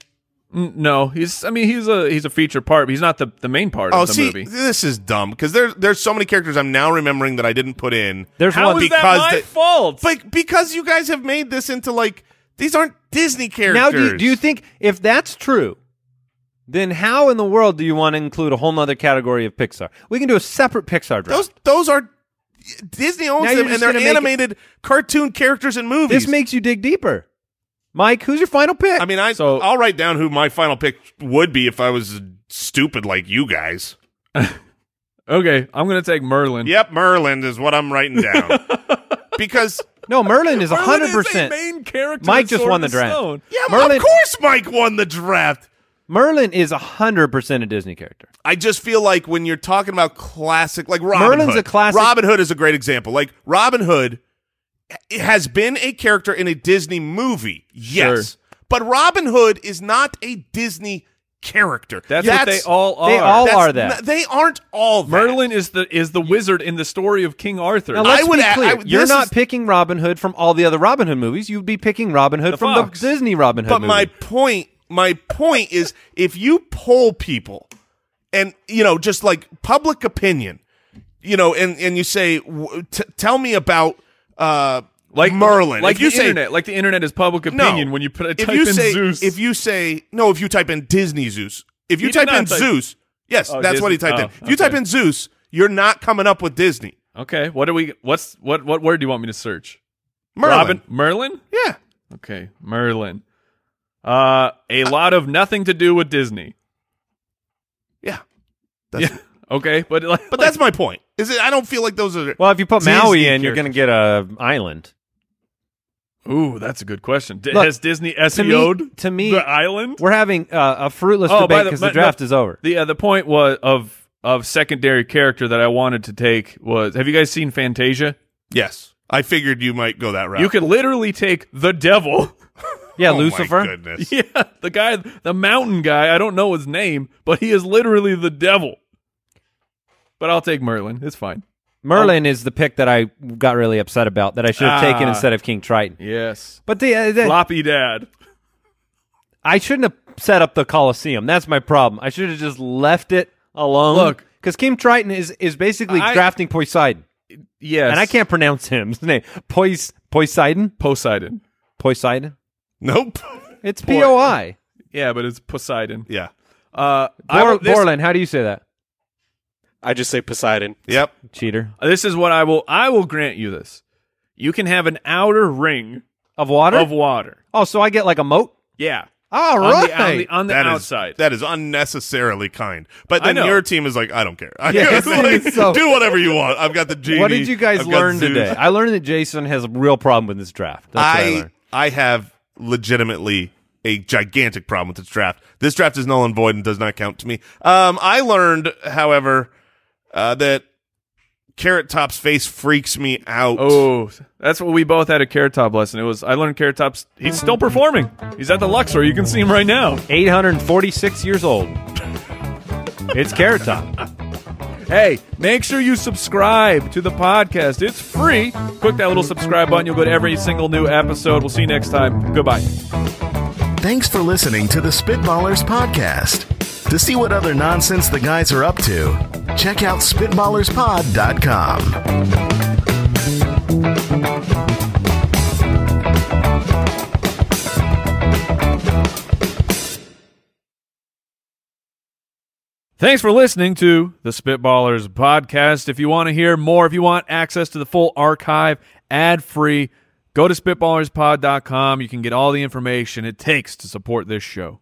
S2: N- no, he's I mean he's a he's a featured part, but he's not the the main part
S4: Oh,
S2: of the
S4: see,
S2: movie.
S4: this is dumb because there's there's so many characters I'm now remembering that I didn't put in.
S1: There's
S2: How
S1: one-
S2: is that
S4: because
S2: my
S4: the-
S2: fault?
S4: But because you guys have made this into like these aren't Disney characters.
S1: Now, do you, do you think if that's true, then how in the world do you want to include a whole nother category of Pixar? We can do a separate Pixar draft.
S4: those those are Disney owns
S1: Now you're
S4: them and
S1: just
S4: they're
S1: gonna make it-
S4: animated cartoon characters in movies?
S1: this makes you dig deeper. Mike, who's your final pick?
S4: I mean, I
S2: So-
S4: I'll write down who my final pick would be if I was stupid like you guys.
S2: okay, I'm going to take Merlin.
S4: Yep, Merlin is what I'm writing down because
S1: no, Merlin is
S2: Merlin
S1: hundred
S2: is a
S1: percent.
S2: main character.
S1: Mike
S2: in
S1: just
S2: Sword
S1: won the
S2: in
S1: draft.
S2: Stone.
S4: yeah,
S1: Merlin-
S4: of course Mike won the draft.
S1: Merlin is hundred percent a Disney character.
S4: I just feel like when you're talking about classic, like Robin
S1: Merlin's
S4: Hood,
S1: a classic-
S4: Robin Hood is a great example. Like Robin Hood h- has been a character in a Disney movie, yes, but Robin Hood is not a Disney character.
S2: That's, what they all are.
S1: they all-
S4: that's
S1: are that.
S4: n- they aren't all that.
S2: Merlin is the is the wizard in the story of King Arthur.
S1: Now let's
S4: would
S1: be
S4: a-
S1: clear.
S4: I would-
S1: You're
S4: this
S1: not
S4: is-
S1: picking Robin Hood from all the other Robin Hood movies. You'd be picking Robin Hood
S2: The
S1: from
S2: Fox.
S1: the Disney Robin Hood
S4: But
S1: movie.
S4: my point, my point is, if you poll people, and you know, just like public opinion, you know, and and you say, w- t- tell me about uh,
S2: like
S4: Merlin,
S2: like
S4: if you
S2: the
S4: say,
S2: internet, like the internet is public
S4: No,
S2: opinion. When you put
S4: If
S2: type
S4: you
S2: in
S4: say,
S2: Zeus,
S4: if you say no, if you type in Disney Zeus, if you,
S2: You did
S4: type
S2: not
S4: in
S2: type-
S4: Zeus, yes,
S2: Oh,
S4: that's what he
S2: Disney.
S4: typed in.
S2: Oh,
S4: If you type
S2: okay.
S4: in Zeus, you're not coming up with Disney
S2: okay, what do we? What's what? What word do you want me to search?
S4: Merlin.
S2: Robin Merlin.
S4: Yeah,
S2: Okay, Merlin. Uh, a lot of nothing to do with Disney.
S4: yeah, That's-
S2: Yeah. Okay, but like,
S4: but that's my point. Is it? I don't feel like those are.
S1: well, if you put
S4: Disney
S1: Maui in, you're going to get a island.
S2: ooh, that's a good question. D-
S1: Look,
S2: Has Disney
S1: To
S2: SEO'd
S1: me, to me
S2: the island?
S1: we're having uh, a fruitless
S2: Oh,
S1: debate
S2: by the-
S1: because the,
S2: but-
S1: draft
S2: no.
S1: is over.
S2: The uh, the point was of of secondary character that I wanted to take was have you guys seen Fantasia?
S4: yes, I figured you might go that route.
S2: You could literally take the devil.
S1: Yeah,
S4: oh My
S1: Lucifer.
S4: goodness.
S2: yeah, the guy, the mountain guy. I don't know his name, but he is literally the devil. But I'll take Merlin. It's fine.
S1: Merlin is the pick that I got really upset about that I should have taken
S2: Ah.
S1: instead of King Triton.
S2: Yes.
S1: But the, uh, the-
S2: Floppy dad.
S1: I shouldn't have set up the Coliseum. That's my problem. I should have just left it alone.
S2: Look.
S1: because King Triton is is basically
S2: I-
S1: drafting Poseidon,
S2: Yes.
S1: and I can't pronounce him. His name Poise Poseidon
S2: Poseidon.
S1: Poseidon.
S4: Nope.
S1: It's P O I.
S2: Yeah, but it's Poseidon.
S4: yeah.
S2: Uh, I-
S1: Bor-
S2: this,
S1: Borland, how do you say that?
S5: I just say Poseidon.
S4: Yep.
S1: Cheater
S2: this is what I will. I will grant you this. You can have an outer ring
S1: of water.
S2: of water.
S1: oh, so I get like a moat.
S2: Yeah.
S1: All
S2: On
S1: right.
S2: the, on the, on the
S4: That is-
S2: outside.
S4: that is unnecessarily kind. But
S2: I
S4: then
S2: know.
S4: your team is like, I don't care. I
S1: Yeah, it's so-
S4: do whatever you want. I've got the genie.
S1: what did you guys
S4: I've got
S1: learn
S4: Zeus.
S1: today? I learned that Jason has a real problem with this draft. That's what I
S4: I
S1: learned.
S4: I have legitimately a gigantic problem with this draft. This draft is null and void and does not count to me. Um, I learned, however, uh, that Carrot Top's face freaks me out.
S2: Oh, that's what we both had a Carrot Top lesson. It was I learned Carrot Top's. He's still performing. He's at the Luxor. You can see him right now.
S1: 846 years old. it's Carrot Top.
S2: Hey, make sure you subscribe to the podcast. It's free. Click that little subscribe button. You'll go to every single new episode. We'll see you next time. Goodbye.
S3: Thanks for listening to the Spitballers Podcast. To see what other nonsense the guys are up to, check out SpitballersPod.com.
S2: Thanks for listening to the Spitballers podcast. If you want to hear more, if you want access to the full archive ad free, go to spitballerspod.com. You can get all the information it takes to support this show.